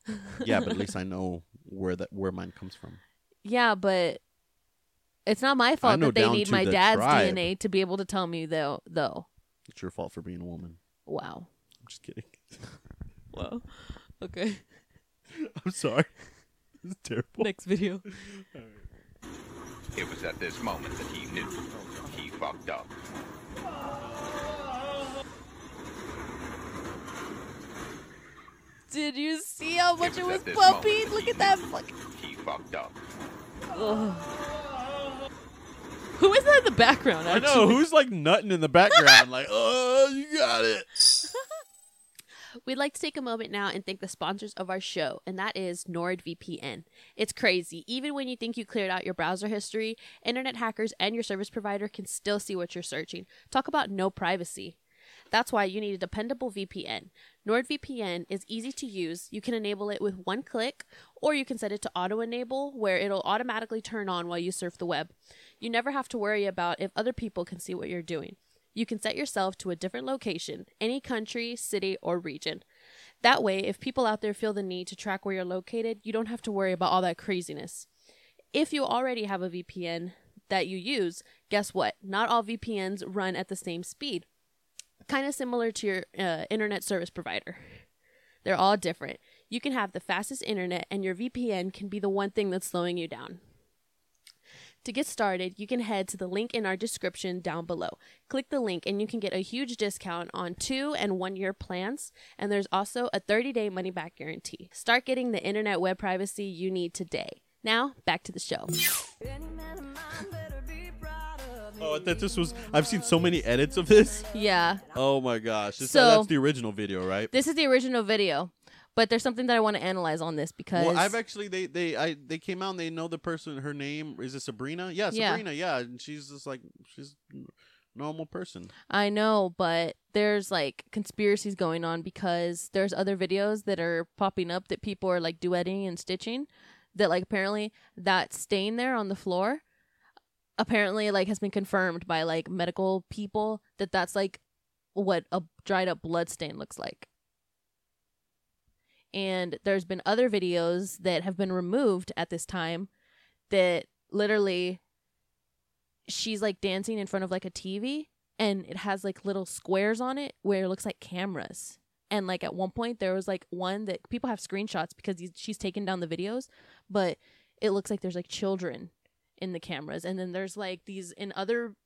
yeah, but at least I know where that where mine comes from.
Yeah, but It's not my fault
know
that they
down
need
to
my
the
dad's
tribe.
DNA to be able to tell me though. Though,
It's your fault for being a woman.
wow.
I'm just kidding.
Wow. Okay.
I'm sorry. It's terrible.
Next video.
It was at this moment that he knew he fucked up.
Did you see how much
was
it
at
was
this
puppy?
moment.
Look at that fucking.
He fucked up.
Who is that in the background?
I
Actually?
know who's like nutting in the background, like, oh, you got it.
We'd like to take a moment now and thank the sponsors of our show, and that is NordVPN. It's crazy. Even when you think you cleared out your browser history, internet hackers and your service provider can still see what you're searching. Talk about no privacy. That's why you need a dependable VPN. NordVPN is easy to use. You can enable it with one click, or you can set it to auto enable, where it'll automatically turn on while you surf the web. You never have to worry about if other people can see what you're doing. You can set yourself to a different location, any country, city, or region. That way, if people out there feel the need to track where you're located, you don't have to worry about all that craziness. If you already have a VPN that you use, guess what? Not all VPNs run at the same speed. Kind of similar to your uh, internet service provider. They're all different. You can have the fastest internet, and your VPN can be the one thing that's slowing you down. To get started, you can head to the link in our description down below. Click the link and you can get a huge discount on two and one year plans, and there's also a 30 day money back guarantee. Start getting the internet web privacy you need today. Now, back to the show.
Oh, I thought this was. I've seen so many edits of this.
Yeah,
Oh my gosh, this,
So-
that's the original video, right?
this is the original video, but there's something that I want to analyze on this because.
Well, I've actually they they I they came out and they know the person. Her name is it Sabrina? Yeah,
Yeah.
Sabrina. Yeah, and she's just like she's n- normal person.
I know, but there's like conspiracies going on because there's other videos that are popping up that people are like duetting and stitching that like apparently that stain there on the floor apparently like has been confirmed by like medical people that that's like what a dried up blood stain looks like. And there's been other videos that have been removed at this time that literally she's like dancing in front of like a TV and it has like little squares on it where it looks like cameras. And like at one point there was like one that people have screenshots because he's, she's taken down the videos, but it looks like there's like children in the cameras, and then there's like these in other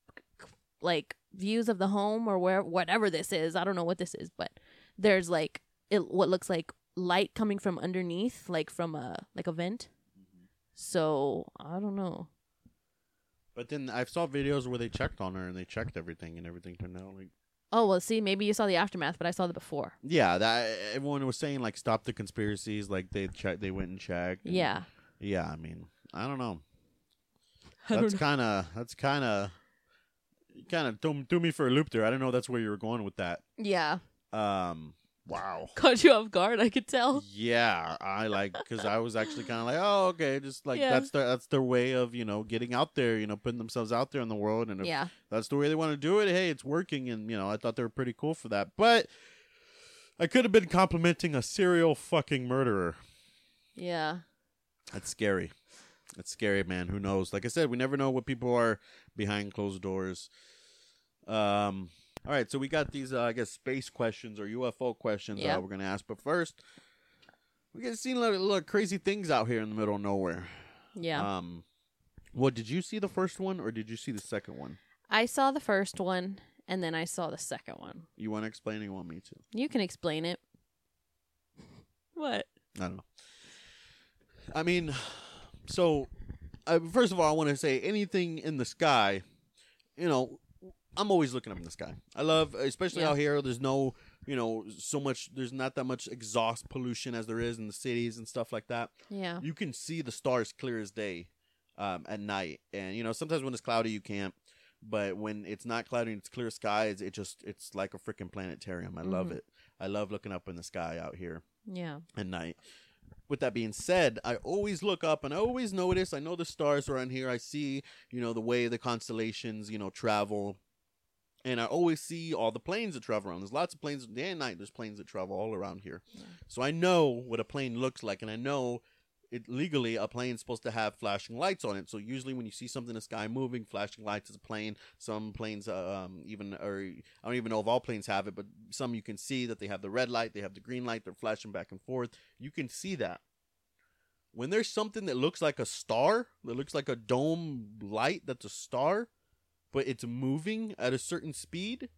like views of the home or where whatever this is. I don't know what this is, but there's like it what looks like light coming from underneath, like from a like a vent. So I don't know.
But then I saw videos where they checked on her and they checked everything and everything turned out like
Oh well, see, maybe you saw the aftermath, but I saw the before.
yeah. That everyone was saying like stop the conspiracies. Like they check they went and checked. and-
Yeah,
yeah. I mean I don't know.
I don't
that's kind of that's kind of kind of threw, threw me for a loop there. I don't know. That's where you were going with that.
yeah.
Um. Wow.
caught you off guard. I could tell.
Yeah, I like because I was actually kind of like, oh, okay, just like
Yeah.
that's their that's their way of you know getting out there, you know, putting themselves out there in the world, and if
Yeah,
that's the way they want to do it. Hey, it's working, and you know, I thought they were pretty cool for that, but I could have been complimenting a serial fucking murderer.
yeah,
That's scary. That's scary, man. Who knows? Like I said, we never know what people are behind closed doors. Um. All right, so we got these, uh, I guess, space questions or UFO questions
Yeah.
uh, we're gonna ask. But first, we got seen a lot, of, lot of crazy things out here in the middle of nowhere.
yeah.
Um. Well, did you see the first one or did you see the second one?
I saw the first one, and then I saw the second one.
You want to explain? Or you want me to?
You can explain it. What?
I don't know. I mean, so uh, first of all, I want to say anything in the sky. You know, I'm always looking up in the sky. I love, especially
Yeah.
out here. There's no, you know, so much. There's not that much exhaust pollution as there is in the cities and stuff like that.
Yeah,
You can see the stars clear as day um, at night, and you know sometimes when it's cloudy you can't. But when it's not cloudy and it's clear skies, it just it's like a freaking planetarium. I love
Mhm.
it. I love looking up in the sky out here
yeah,
at night. With that being said, I always look up and I always notice. I know the stars around here. I see, you know, the way the constellations, you know, travel. And I always see all the planes that travel around. There's lots of planes day and night. There's planes that travel all around here. So I know what a plane looks like and I know it legally a plane's supposed to have flashing lights on it. So usually when you see something in the sky moving, flashing lights is a plane. Some planes, uh, um, even or I don't even know if all planes have it, but some you can see that they have the red light, they have the green light, they're flashing back and forth. You can see that. When there's something that looks like a star, that looks like a dome light that's a star, but it's moving at a certain speed,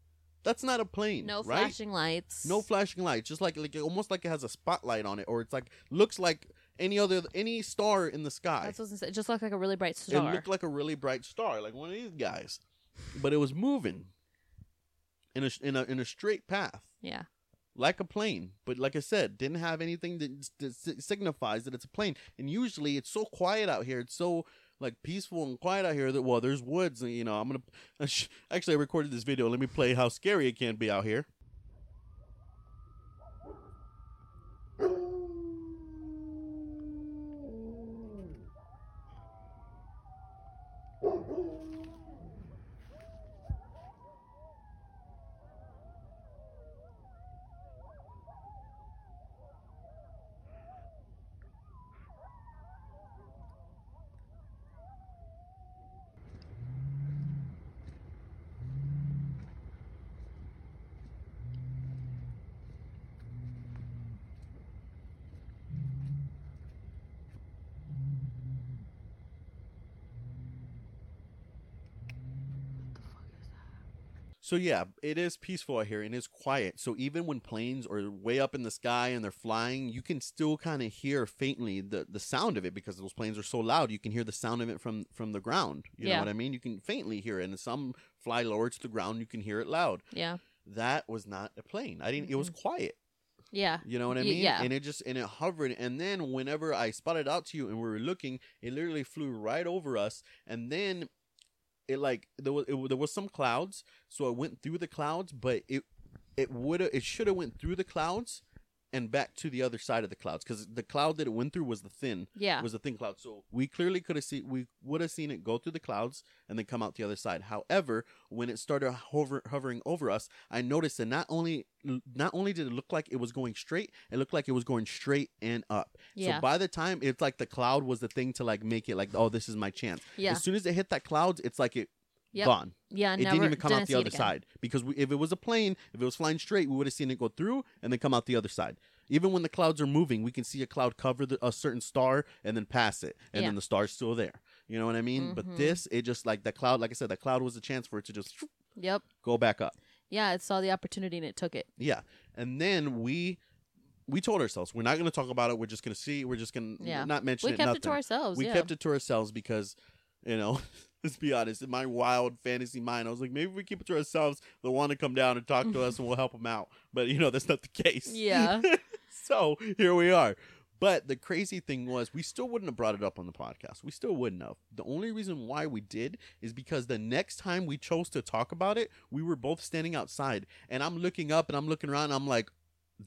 that's not a plane.
No
right?
flashing lights.
No flashing lights, just like like almost like it has a spotlight on it, or it's like looks like any other any star in the sky.
That's what I was gonna say. It just looks like a really bright star.
It looked like a really bright star, like one of these guys, but it was moving in a in a in a straight path,
yeah.
like a plane. But like I said, didn't have anything that, that si- signifies that it's a plane. And usually, it's so quiet out here. It's so like peaceful and quiet out here that well, there's woods, and you know, I'm gonna actually I recorded this video. Let me play how scary it can be out here. So yeah, it is peaceful out here and it's quiet. So even when planes are way up in the sky and they're flying, you can still kind of hear faintly the, the sound of it because those planes are so loud. You can hear the sound of it from from the ground. You know
Yeah.
what I mean? You can faintly hear it, and some fly lower to the ground. You can hear it loud.
Yeah.
That was not a plane. I didn't. It was quiet.
Yeah.
You know what I
Y-
mean?
yeah.
And it just and it hovered, and then whenever I spotted out to you and we were looking, it literally flew right over us, and then it like there was it, there was some clouds, so it went through the clouds, but it it would have it should have went through the clouds and back to the other side of the clouds because the cloud that it went through was the thin
Yeah.
was the thin cloud. So we clearly could have seen we would have seen it go through the clouds and then come out the other side. However, when it started hover, hovering over us, I noticed that not only not only did it look like it was going straight, it looked like it was going straight and up.
Yeah.
So by the time it's like the cloud was the thing to like make it like oh this is my chance.
Yeah.
As soon as it hit that cloud, it's like it
Yep.
gone.
yeah.
it
never,
didn't even come out the
didn't see it
other
again.
side because we, if it was a plane, if it was flying straight, we would have seen it go through and then come out the other side. Even when the clouds are moving, we can see a cloud cover the, a certain star and then pass it, and
Yeah.
then the star's still there. You know what I mean? But
Mhm.
this, it just like the cloud, like I said, the cloud was a chance for it to just
Yep.
go back up.
Yeah. It saw the opportunity and it took it.
Yeah, and then we we told ourselves we're not going to talk about it. We're just going to see. We're just going to
Yeah.
not mention
We
it.
kept it to
nothing.
ourselves.
We
yeah.
kept it to ourselves because, you know, let's be honest. In my wild fantasy mind, I was like, maybe if we keep it to ourselves. They'll want to come down and talk to us, and we'll help them out. But you know, that's not the case.
Yeah.
so here we are. But the crazy thing was, we still wouldn't have brought it up on the podcast. We still wouldn't have. The only reason why we did is because the next time we chose to talk about it, we were both standing outside, and I'm looking up and I'm looking around. And I'm like,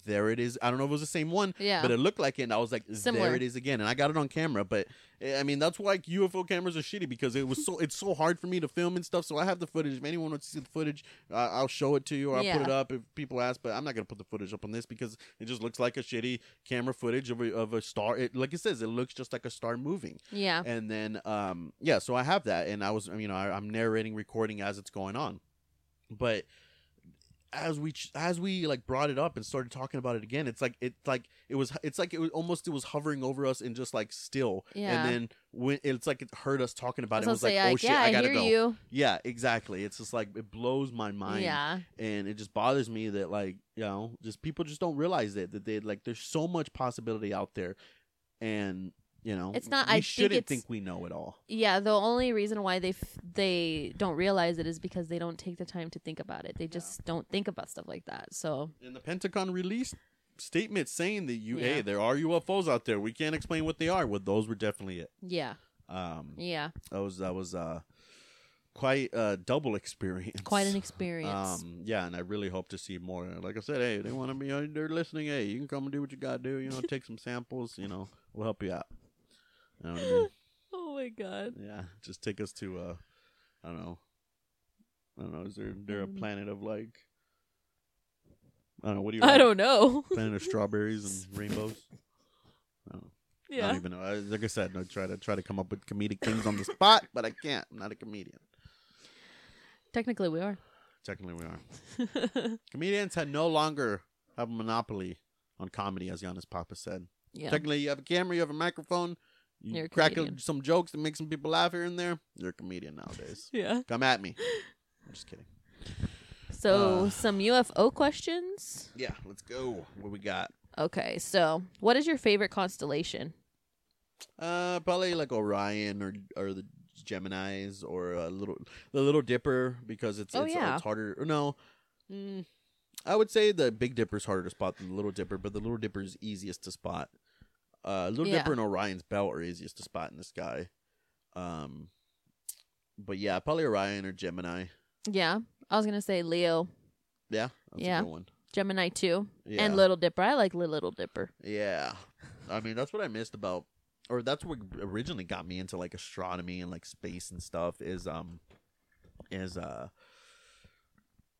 there it is. I don't know if it was the same one,
Yeah.
but it looked like it. And I was like,
Similar.
there it is again. And I got it on camera. But eh, I mean, that's why UFO cameras are shitty because it was so it's so hard for me to film and stuff. So I have the footage. If anyone wants to see the footage, uh, I'll show it to you or I'll
Yeah.
put it up if people ask. But I'm not gonna put the footage up on this because it just looks like a shitty camera footage of a, of a star. It, like it says, it looks just like a star moving.
yeah.
And then um yeah, so I have that, and I was you know I, I'm narrating, recording as it's going on, but as we ch- as we like brought it up and started talking about it again, it's like it's like it was it's like it was almost it was hovering over us and just like still,
Yeah.
and then when it's like it heard us talking
I
about
was
it, it
gonna
was like
say,
oh shit,
like, yeah,
I gotta
hear
go.
you.
Yeah, exactly. It's just like it blows my mind
Yeah.
and it just bothers me that like you know just people just don't realize it that they like there's so much possibility out there and you know
It's not-
we
I think
shouldn't
it's-
think we know it all
Yeah, the only reason why they f- they don't realize it is because they don't take the time to think about it. They just don't think about stuff like that. So
and the pentagon released statements saying that you
Yeah.
hey there are ufos out there we can't explain what they are well those were definitely it
yeah,
um
yeah,
that was that was uh quite a double experience
quite an experience.
Um, yeah, and I really hope to see more. Like I said, hey, they want to be out there listening. Hey, you can come and do what you got to do. You know, take some samples. You know, we'll help you out. You know what I mean?
oh my god.
Yeah, just take us to uh, I don't know, I don't know. Is there there a
Mm.
planet of like, I don't know. What do you?
I
like?
don't know.
Planet of strawberries and rainbows. I don't know. I
Yeah.
don't even know. I- Like I said, I try to try to come up with comedic things on the spot, but I can't. I'm not a comedian.
Technically, we are.
Technically, we are. Comedians had no longer have a monopoly on comedy, as Giannis Papa said.
yeah.
Technically, you have a camera, you have a microphone, you
You're a
crack
comedian.
some jokes to make some people laugh here and there. You're a comedian nowadays.
yeah.
Come at me. I'm just kidding.
So,
Uh.
some UFO questions.
Yeah, let's go. What we got?
Okay. So, what is your favorite constellation?
Uh, probably like Orion or or the Gemini's or a little the Little Dipper because it's
Oh,
it's,
yeah.
it's harder. Or no, mm, I would say the Big Dipper's harder to spot than the Little Dipper, but the Little Dipper is easiest to spot. Uh, Little
Yeah.
Dipper and Orion's Belt are easiest to spot in the sky. Um, but yeah, probably Orion or Gemini.
Yeah. I was going to say Leo,
Yeah, that's
Yeah.
a good one.
Gemini too,
Yeah.
and Little Dipper. I like Li- Little Dipper.
Yeah. I mean, that's what I missed about or that's what originally got me into like astronomy and like space and stuff is um is uh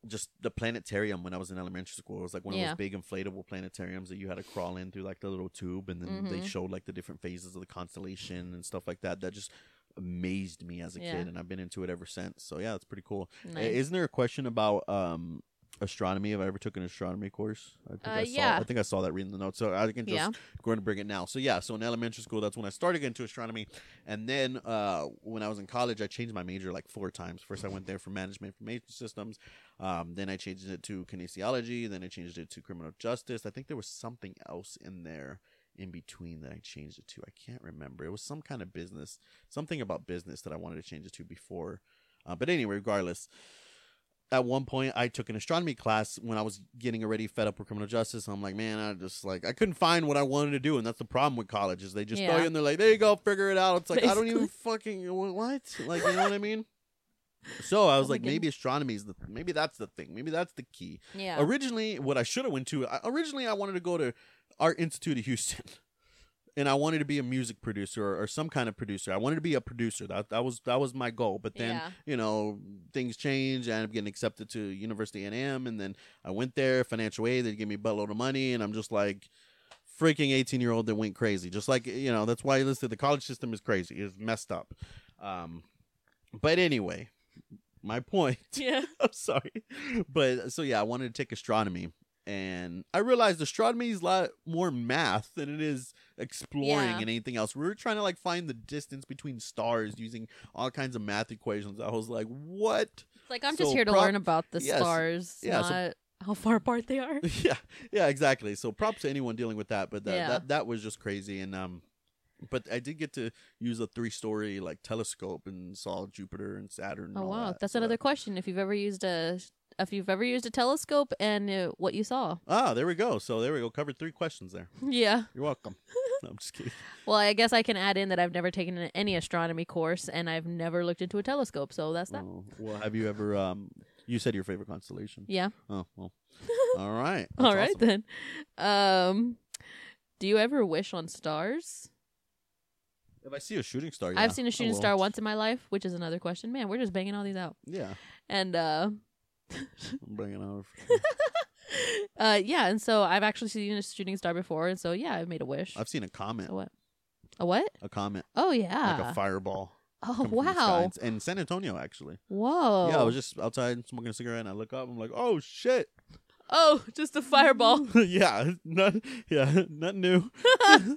just the planetarium when I was in elementary school. It was like one
Yeah.
of those big inflatable planetariums that you had to crawl in through like the little tube and then they
Mhm.
showed like the different phases of the constellation and stuff like that. That just amazed me as a
Yeah.
kid and I've been into it ever since. So yeah, it's pretty cool. I-
Nice.
Isn't there a question about um astronomy? Have I ever took an astronomy course? I think
Uh,
I saw
yeah.
I think I saw that reading the notes. So I can just
Yeah.
going to bring it now. So yeah, so in elementary school, that's when I started getting into astronomy, and then uh, when I was in college, I changed my major like four times. First, I went there for management information systems. Um, then I changed it to kinesiology. Then I changed it to criminal justice. I think there was something else in there in between that I changed it to. I can't remember. It was some kind of business, something about business that I wanted to change it to before. Uh, but anyway, regardless, at one point I took an astronomy class when I was getting already fed up with criminal justice. And I'm like, man, I just like I couldn't find what I wanted to do, and that's the problem with college is they just throw
Yeah.
you and they're like, there you go, figure it out. It's like I don't even
Basically.
fucking what, like you know what I mean. So I was
Oh my
like, maybe astronomy is the maybe that's the thing, maybe that's the key.
Yeah.
Originally, what I should have went to I, originally I wanted to go to Art Institute of Houston. And I wanted to be a music producer or, or some kind of producer. I wanted to be a producer. That that was that was my goal. But then
Yeah.
you know things change. I ended up getting accepted to University of A&M, and then I went there financial aid. They gave me a buttload of money, and I'm just like freaking 18 year old that went crazy. Just like you know that's why I listed the college system is crazy. It's messed up. Um, but anyway, my point.
Yeah.
I'm sorry. But so yeah, I wanted to take astronomy and I realized astronomy is a lot more math than it is exploring
Yeah.
and anything else. We were trying to like find the distance between stars using all kinds of math equations. I was like, "What?"
It's like I'm just
So
here to
prop-
learn about the
yes.
stars,
Yeah, so-
not how far apart they are.
yeah. Yeah, exactly. So props to anyone dealing with that, but that
Yeah.
that, that was just crazy and um but I did get to use a three-story like telescope and saw Jupiter and Saturn. and
Oh
all
wow,
that.
that's
So that-
another question. If you've ever used a if you've ever used a telescope and uh, what you saw.
Ah, there we go. So there we go. Covered three questions there.
Yeah.
You're welcome. No, I'm just kidding.
Well, I guess I can add in that I've never taken an- any astronomy course and I've never looked into a telescope, so that's that.
Oh, well, have you ever? Um, you said your favorite constellation.
Yeah.
Oh well. All right.
All right then. Um do you ever wish on stars?
If I see a shooting star, yeah, Oh,
I've seen
I
a shooting
will.
star once in my life, which is another question. Man, we're just banging all these out.
Yeah,
And uh
I'm bringing it over. for sure.
uh yeah, and so I've actually seen a shooting star before, and so yeah, I've made a wish.
I've seen a comment.
So what? A what?
A comment
Oh yeah.
like a fireball.
oh
come from the sky
wow. Oh.
in- in San Antonio actually.
Whoa.
Yeah, I was just outside smoking a cigarette, and I look up. I'm like, oh shit.
oh, just a fireball.
yeah, not, yeah, nothing new.
Oh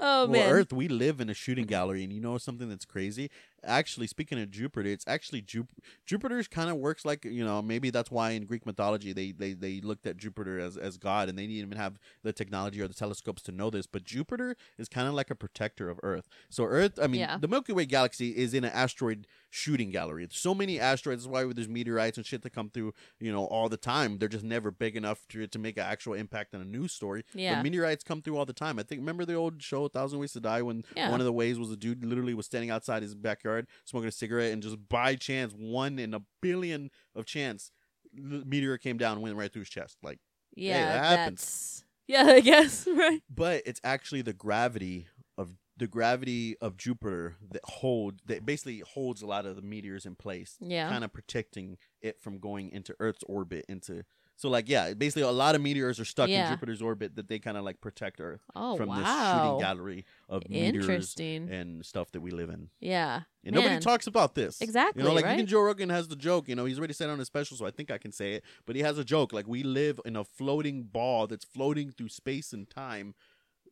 well,
man.
Earth, we live in a shooting gallery, and you know something that's crazy? Actually, speaking of Jupiter, it's actually Ju- Jupiter's kind of works like you know maybe that's why in Greek mythology they, they they looked at Jupiter as as God, and they didn't even have the technology or the telescopes to know this. But Jupiter is kind of like a protector of Earth. So Earth, I mean,
Yeah.
the Milky Way galaxy is in an asteroid shooting gallery. It's so many asteroids. That's why there's meteorites and shit that come through you know all the time. They're just never big enough to to make an actual impact on a news story.
Yeah.
But meteorites come through all the time. I think remember the old show A Thousand Ways to Die when
Yeah.
one of the ways was a dude literally was standing outside his backyard smoking a cigarette and just by chance, one in a billion of chance, the meteor came down and went right through his chest. Like,
Yeah,
that
that's yeah, I guess right.
but it's actually the gravity of the gravity of Jupiter that hold that basically holds a lot of the meteors in place,
Yeah.
kind of protecting it from going into Earth's orbit into So like yeah, basically a lot of meteors are stuck
Yeah.
in Jupiter's orbit that they kind of like protect Earth
Oh
from this
wow.
shooting gallery of meteors
Interesting.
and stuff that we live in.
yeah.
And nobody
Man.
talks about this.
Exactly,
You know, like
right?
even Joe Rogan has the joke. You know, he's already said it on his special, so I think I can say it. But he has a joke. Like we live in a floating ball that's floating through space and time,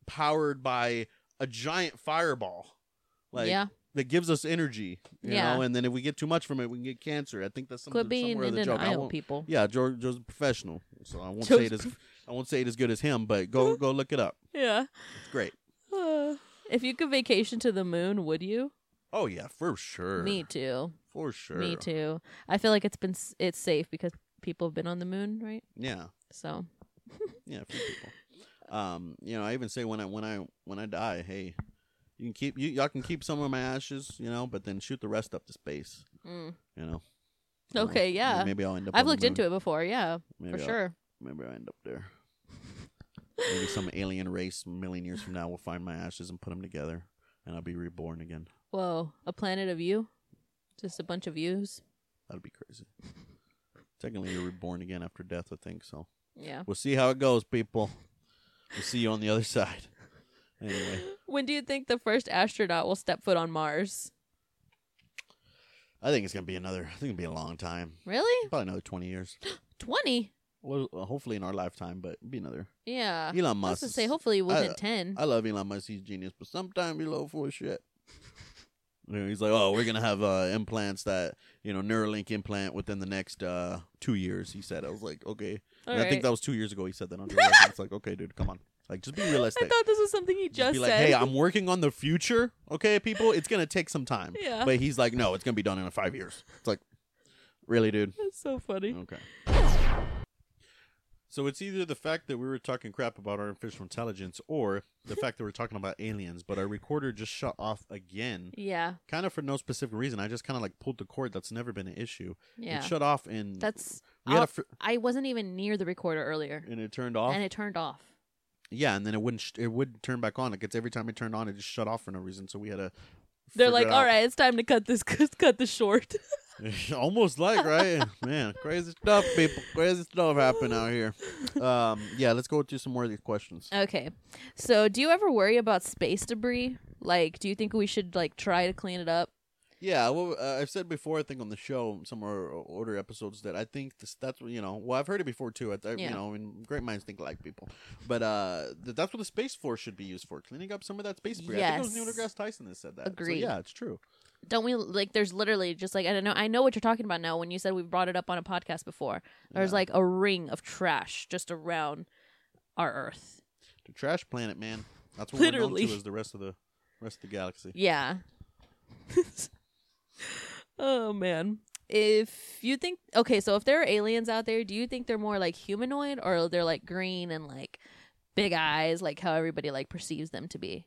powered by a giant fireball. Like
yeah.
that gives us energy. You
Yeah.
know, and then if we get too much from it, we can get cancer. I think that's something
Quit being
somewhere in
in
the
denial,
joke. I won't-
people.
Yeah, Joe, Joe's a professional, so I won't say
Joe's
it as I won't say it as good as him. But go go look it up.
Yeah.
It's great.
Uh, if you could vacation to the moon, would you?
Oh yeah, for sure.
Me too.
For sure.
Me too. I feel like it's been s- it's safe because people have been on the moon, right?
Yeah.
So
Yeah, a few people. Um, you know, I even say when I when I when I die, hey, you can keep you y'all can keep some of my ashes, you know, but then shoot the rest up to space.
Mm.
You know.
Okay, yeah.
Maybe I'll end up.
I've looked into it before. Yeah, for sure.
Maybe I'll end up there. maybe some alien race a million years from now will find my ashes and put them together, and I'll be reborn again.
Whoa, a planet of you, just a bunch of yous.
That'd be crazy. Technically, you're reborn again after death, I think. So
Yeah.
we'll see how it goes, people. We'll see you on the other side. Anyway.
When do you think the first astronaut will step foot on Mars?
I think it's gonna be another. I think it'll be a long time.
Really?
Probably another twenty years.
Twenty?
Well, uh, hopefully in our lifetime, but it'll be another.
Yeah.
Elon
I
Musk.
was gonna
is-
say hopefully within
I-
ten.
I love Elon Musk. He's genius, but sometimes he's low for his shit. You know, he's like, oh, we're gonna have uh, implants that you know Neuralink implant within the next uh, two years. He said. I was like, okay.
All
And I
right.
think that was two years ago. He said that on. Joe Rogan. it's like, okay, dude, come on. Like, just be
I
realistic.
thought this was something he just,
be like,
said.
hey, I'm working on the future. Okay, people, it's gonna take some time.
Yeah.
But he's like, no, it's gonna be done in five years. It's like, really, dude.
That's so funny.
Okay. So it's either the fact that we were talking crap about artificial intelligence or the fact that we're talking about aliens, but our recorder just shut off again,
Yeah.
kind of for no specific reason. I just kind of like pulled the cord. That's never been an issue.
Yeah.
It shut off and
That's.
we had a
I'll-
fr-
I wasn't even near the recorder earlier,
and it turned off.
and it turned off.
yeah, and then it wouldn't sh- it would turn back on. Like it's every time it turned on, it just shut off for no reason. So we had to.
They're
figure
like,
it
all
out."
right, it's time to cut this, cut this short.
Almost like right, man. Crazy stuff, people. Crazy stuff happening out here. Um, yeah, let's go through some more of these questions.
Okay. So, do you ever worry about space debris? Like, do you think we should like try to clean it up?
Yeah, well, uh, I've said before, I think on the show, some of our older episodes, that I think this, that's what, you know, well, I've heard it before too. I th-
Yeah.
You know, I mean, great minds think like people. But uh, th- that's what the Space Force should be used for, cleaning up some of that space debris. I think it was Neil
Yes.
deGrasse Tyson that said that. So,
Agreed.
yeah, it's true.
Don't we like? There's literally just like I don't know. I know what you're talking about now. When you said we brought it up on a podcast before, there's
Yeah.
like a ring of trash just around our Earth.
The trash planet, man. That's what we're known
Literally.
to as the rest of the rest of the galaxy.
Yeah. oh man. If you think okay, so if there are aliens out there, do you think they're more like humanoid or they're like green and like big eyes, like how everybody like perceives them to be?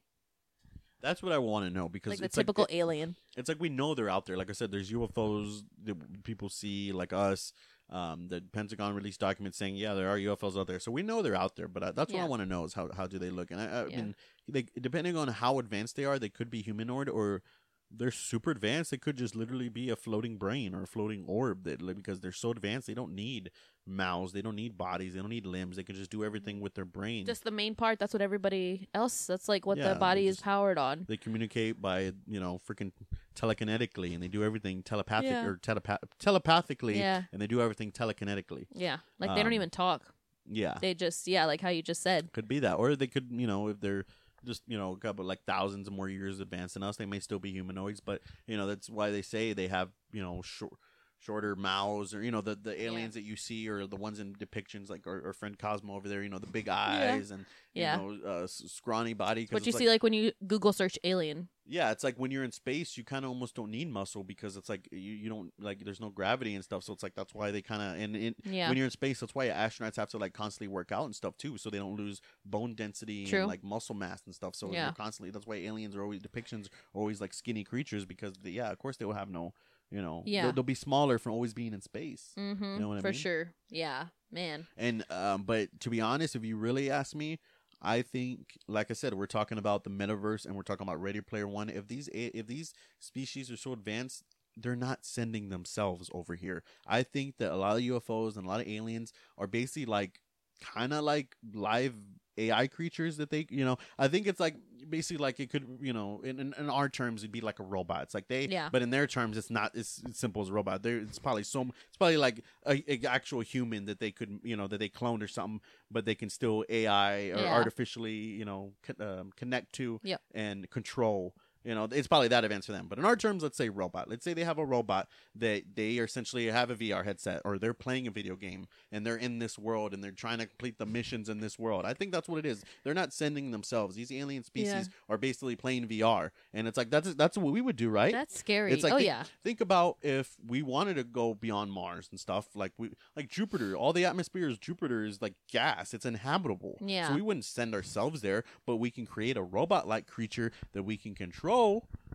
That's what I want to know because
Like the
it's
typical
like,
alien.
it's like we know they're out there. Like I said, there's UFOs that people see, like us. Um, the Pentagon released documents saying, yeah, there are UFOs out there. So we know they're out there, but I, that's what
Yeah.
I want to know is how, how do they look? And I, I
Yeah.
mean, they, depending on how advanced they are, they could be humanoid or they're super advanced. They could just literally be a floating brain or a floating orb that like, because they're so advanced, they don't need mouths. They don't need bodies. They don't need limbs. They can just do everything with their brain.
Just the main part, that's what everybody else that's like what
Yeah,
the
they
body is
just-
powered on.
they communicate by you know freaking telekinetically and they do everything telepathic
Yeah.
or telepath- telepathically
Yeah.
and they do everything telekinetically
Yeah. Like they don't
Um, ah.
even talk.
yeah
They just yeah, like how you just said.
could be that or they could you know if they're just you know a couple like thousands more years advanced than us they may still be humanoids but you know that's why they say they have you know short shorter mouths or you know the the aliens that you see or the ones in depictions like our, our friend cosmo over there you know the big eyes and you
Yeah.
know uh, s- scrawny body 'cause
What you
it's
see like when you Google search alien.
Yeah, it's like when you're in space, you kind of almost don't need muscle because it's like you, you don't like there's no gravity and stuff. So it's like that's why they kind of and, and
Yeah.
when you're in space, that's why astronauts have to like constantly work out and stuff too, so they don't lose bone density
True.
and like muscle mass and stuff. So
Yeah.
they're constantly that's why aliens are always depictions are always like skinny creatures because they, yeah, of course they will have no you know
Yeah.
they'll, they'll be smaller from always being in space.
Mm-hmm.
know what I
for
mean?
sure. Yeah. Man.
And um, but to be honest, if you really ask me, I think, like I said, we're talking about the metaverse and we're talking about Ready Player One. If these a- if these species are so advanced, they're not sending themselves over here. I think that a lot of UFOs and a lot of aliens are basically like kind of like live AI creatures that they, you know, I think it's like basically like it could, you know, in, in, in our terms, it'd be like a robot. It's like they,
Yeah.
but in their terms, it's not as simple as a robot. There, it's probably so, m- it's probably like a, a actual human that they could, you know, that they cloned or something, but they can still AI or
Yeah.
artificially, you know, con- um, connect to
Yep.
and control. You know, it's probably that advanced for them. But in our terms, let's say robot. Let's say they have a robot that they essentially have a VR headset or they're playing a video game and they're in this world and they're trying to complete the missions in this world. I think that's what it is. They're not sending themselves. These alien species
Yeah.
are basically playing VR, and it's like that's that's what we would do, right?
That's scary.
It's like
oh
thi-
yeah.
Think about if we wanted to go beyond Mars and stuff like we like Jupiter. All the atmosphere is Jupiter is like gas. It's inhabitable.
Yeah.
So we wouldn't send ourselves there, but we can create a robot-like creature that we can control.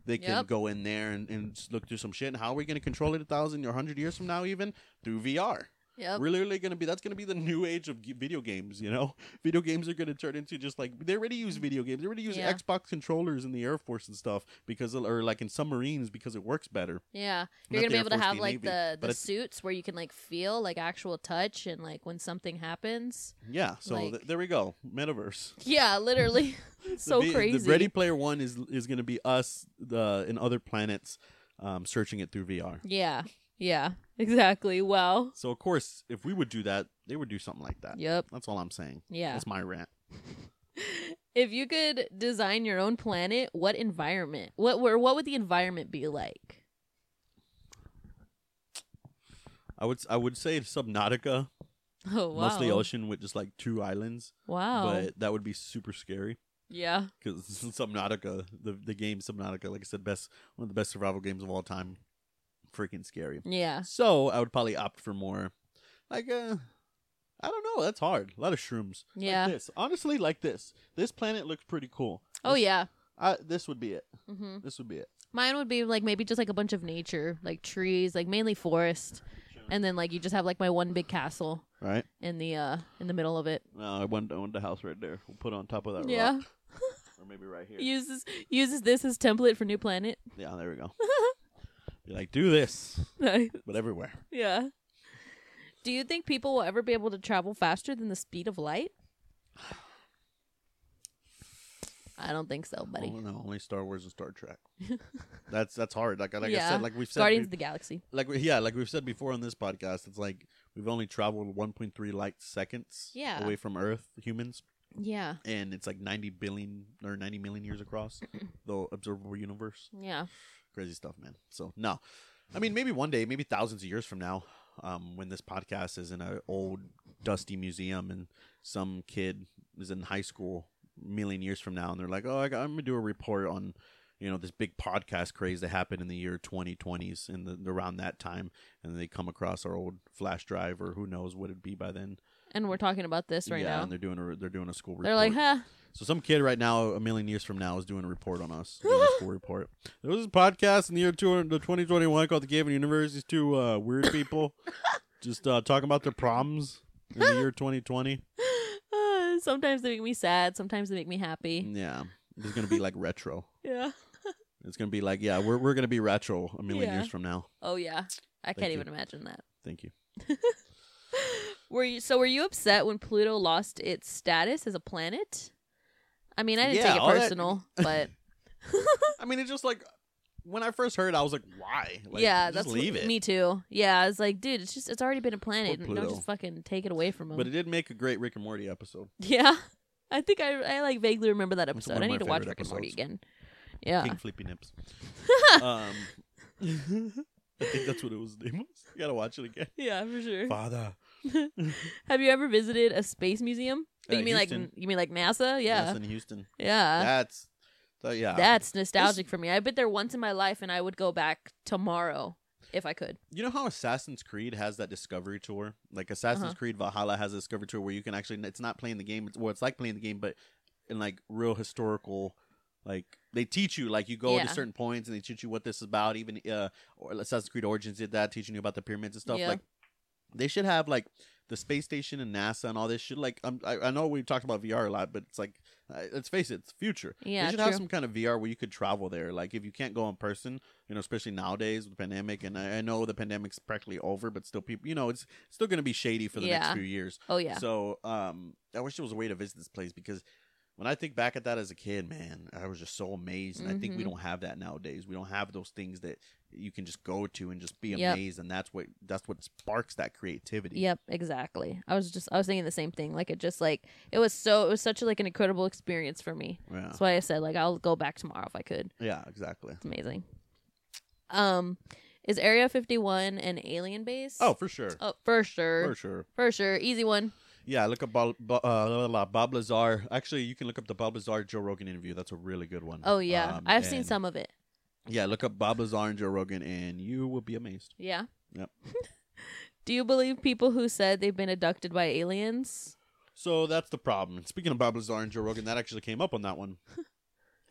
They can
Yep.
go in there and, and just look through some shit. And how are we going to control it a thousand or hundred years from now, even through VR?
Yep.
We're literally going to be that's going to be the new age of g- video games. You know, video games are going to turn into just like they already use video games. They already use
Yeah.
Xbox controllers in the Air Force and stuff because of- or like in submarines because it works better.
Yeah.
Not
You're
the
gonna be
Air
able to
Force,
have
the
like
Navy,
the
but
the
it's-
suits where you can like feel like actual touch and like when something happens.
Yeah. So
Like-
th- there we go, metaverse.
Yeah, literally. It's so
the, vi-
crazy.
The Ready Player One is is going to be us uh, in other planets um, searching it through VR.
Yeah. Yeah. Exactly. Well.
So of course, if we would do that, they would do something like that.
Yep.
That's all I'm saying.
Yeah.
That's my rant.
If you could design your own planet, what environment? What where what would the environment be like?
I would s- I would say Subnautica,
Oh wow.
mostly ocean with just like two islands,
Wow.
but that would be super scary.
yeah.
because Subnautica, the the game Subnautica, like I said, best one of the best survival games of all time, freaking scary.
Yeah.
So I would probably opt for more, like uh, I don't know. That's hard. A lot of shrooms. Like
Yeah.
this honestly, like this. This planet looks pretty cool.
Oh
This-
yeah.
I, this would be it.
hmm
This would be it.
Mine would be like maybe just like a bunch of nature, like trees, like mainly forest, and then like you just have like my one big castle
Right.
in the uh in the middle of it.
No, I want I want the house right there. We'll put it on top of that.
Yeah.
Rock, or maybe right here.
Uses uses this as template for new planet.
Yeah. There we go. You're like, do this, but everywhere.
yeah. Do you think people will ever be able to travel faster than the speed of light? I don't think so, buddy.
Only, no, only Star Wars and Star Trek. that's that's hard. Like like I
Yeah.
said, like we've said,
Guardians
be-
of the Galaxy.
like we, yeah, like we've said before on this podcast, it's like we've only traveled 1.3 light seconds
Yeah.
away from Earth, humans,
Yeah.
and it's like 90 billion or 90 million years across the observable universe.
Yeah.
Crazy stuff, man. So no, I mean maybe one day, maybe thousands of years from now, um, when this podcast is in an old dusty museum and some kid is in high school a million years from now, and they're like, oh, I got, I'm gonna do a report on. You know this big podcast craze that happened in the year 2020s and the, around that time, and they come across our old flash drive or who knows what it'd be by then.
And we're talking about this right
yeah,
now.
and they're doing a they're doing a school.
They're
report.
like, huh?
So some kid right now, a million years from now, is doing a report on us. Doing a school report. There was a podcast in the year 200, the 2021 called "The Gavin Universe." These two uh, weird people just uh, talking about their problems in the year 2020.
Uh, sometimes they make me sad. Sometimes they make me happy.
Yeah, it's gonna be like retro.
Yeah.
It's gonna be like yeah, we're we're gonna be retro a million
Yeah.
years from now.
Oh yeah. I can't
you.
even imagine that.
Thank you.
Were you so were you upset when Pluto lost its status as a planet? I mean, I didn't
Yeah,
take it
all that-
personal, but
I mean, it's just like when I first heard, I was like, why? Like,
yeah,
just
that's
leave
what-
it.
Me too. Yeah, it's like, dude, it's just it's already been a planet.
Poor
No,
Pluto.
just fucking take it away from him.
But it did make a great Rick and Morty episode.
yeah, I think I I like vaguely remember that
It's one of
episode. I
my
need to watch
favorite
Rick and Morty
episodes.
again. Yeah,
King Flippy Nips. um, I think that's what it was. Name was. You gotta watch it again.
yeah, for sure.
Father.
Have you ever visited a space museum?
Uh,
you mean like
Houston.
you mean like NASA? Yeah, Uh.
Yes, in Houston.
yeah.
That's. so, yeah.
That's nostalgic for me. I've been there once in my life, and I would go back tomorrow if I could.
you know how Assassin's Creed has that discovery tour? Like Assassin's
Uh-huh.
Creed Valhalla has a discovery tour where you can actually it's not playing the game, it's well it's like playing the game but in like real historical like they teach you like you go
Yeah.
to certain points and they teach you what this is about even uh or Assassin's Creed Origins did that teaching you about the pyramids and stuff
Yeah.
like They should have like the space station and NASA and all this shit. Like um, I, I know we talked about VR a lot, but it's like uh, let's face it, it's the future.
Yeah,
they should have
true.
some kind of VR where you could travel there. Like if you can't go in person, you know, especially nowadays with the pandemic, and I, I know the pandemic's practically over, but still people, you know, it's still going to be shady for the next
Yeah.
few years.
Oh yeah.
So um, I wish there was a way to visit this place because when I think back at that as a kid, man, I was just so amazed. And I think we
Mhm.
don't have that nowadays. We don't have those things that you can just go to and just be
Yep.
amazed, and that's what that's what sparks that creativity.
Yep, exactly. I was just I was thinking the same thing. Like it just like it was so it was such like an incredible experience for me.
Yeah.
That's why I said like I'll go back tomorrow if I could.
Yeah. Exactly.
It's amazing. Um, is Area Fifty One an alien base?
Oh, for sure.
oh, for sure,
For
for sure,
sure.
easy one.
Yeah, look up Bob, Bob, uh, la, la, la, Bob Lazar. Actually, you can look up the Bob Lazar Joe Rogan interview. That's a really good one.
Oh yeah,
Um,
I've seen
and-
some of it.
Yeah, look up Bob Lazar and Joe Rogan, and you will be amazed.
Yeah.
Yep.
Do you believe people who said they've been abducted by aliens?
So that's the problem. Speaking of Bob Lazar and Joe Rogan, that actually came up on that one.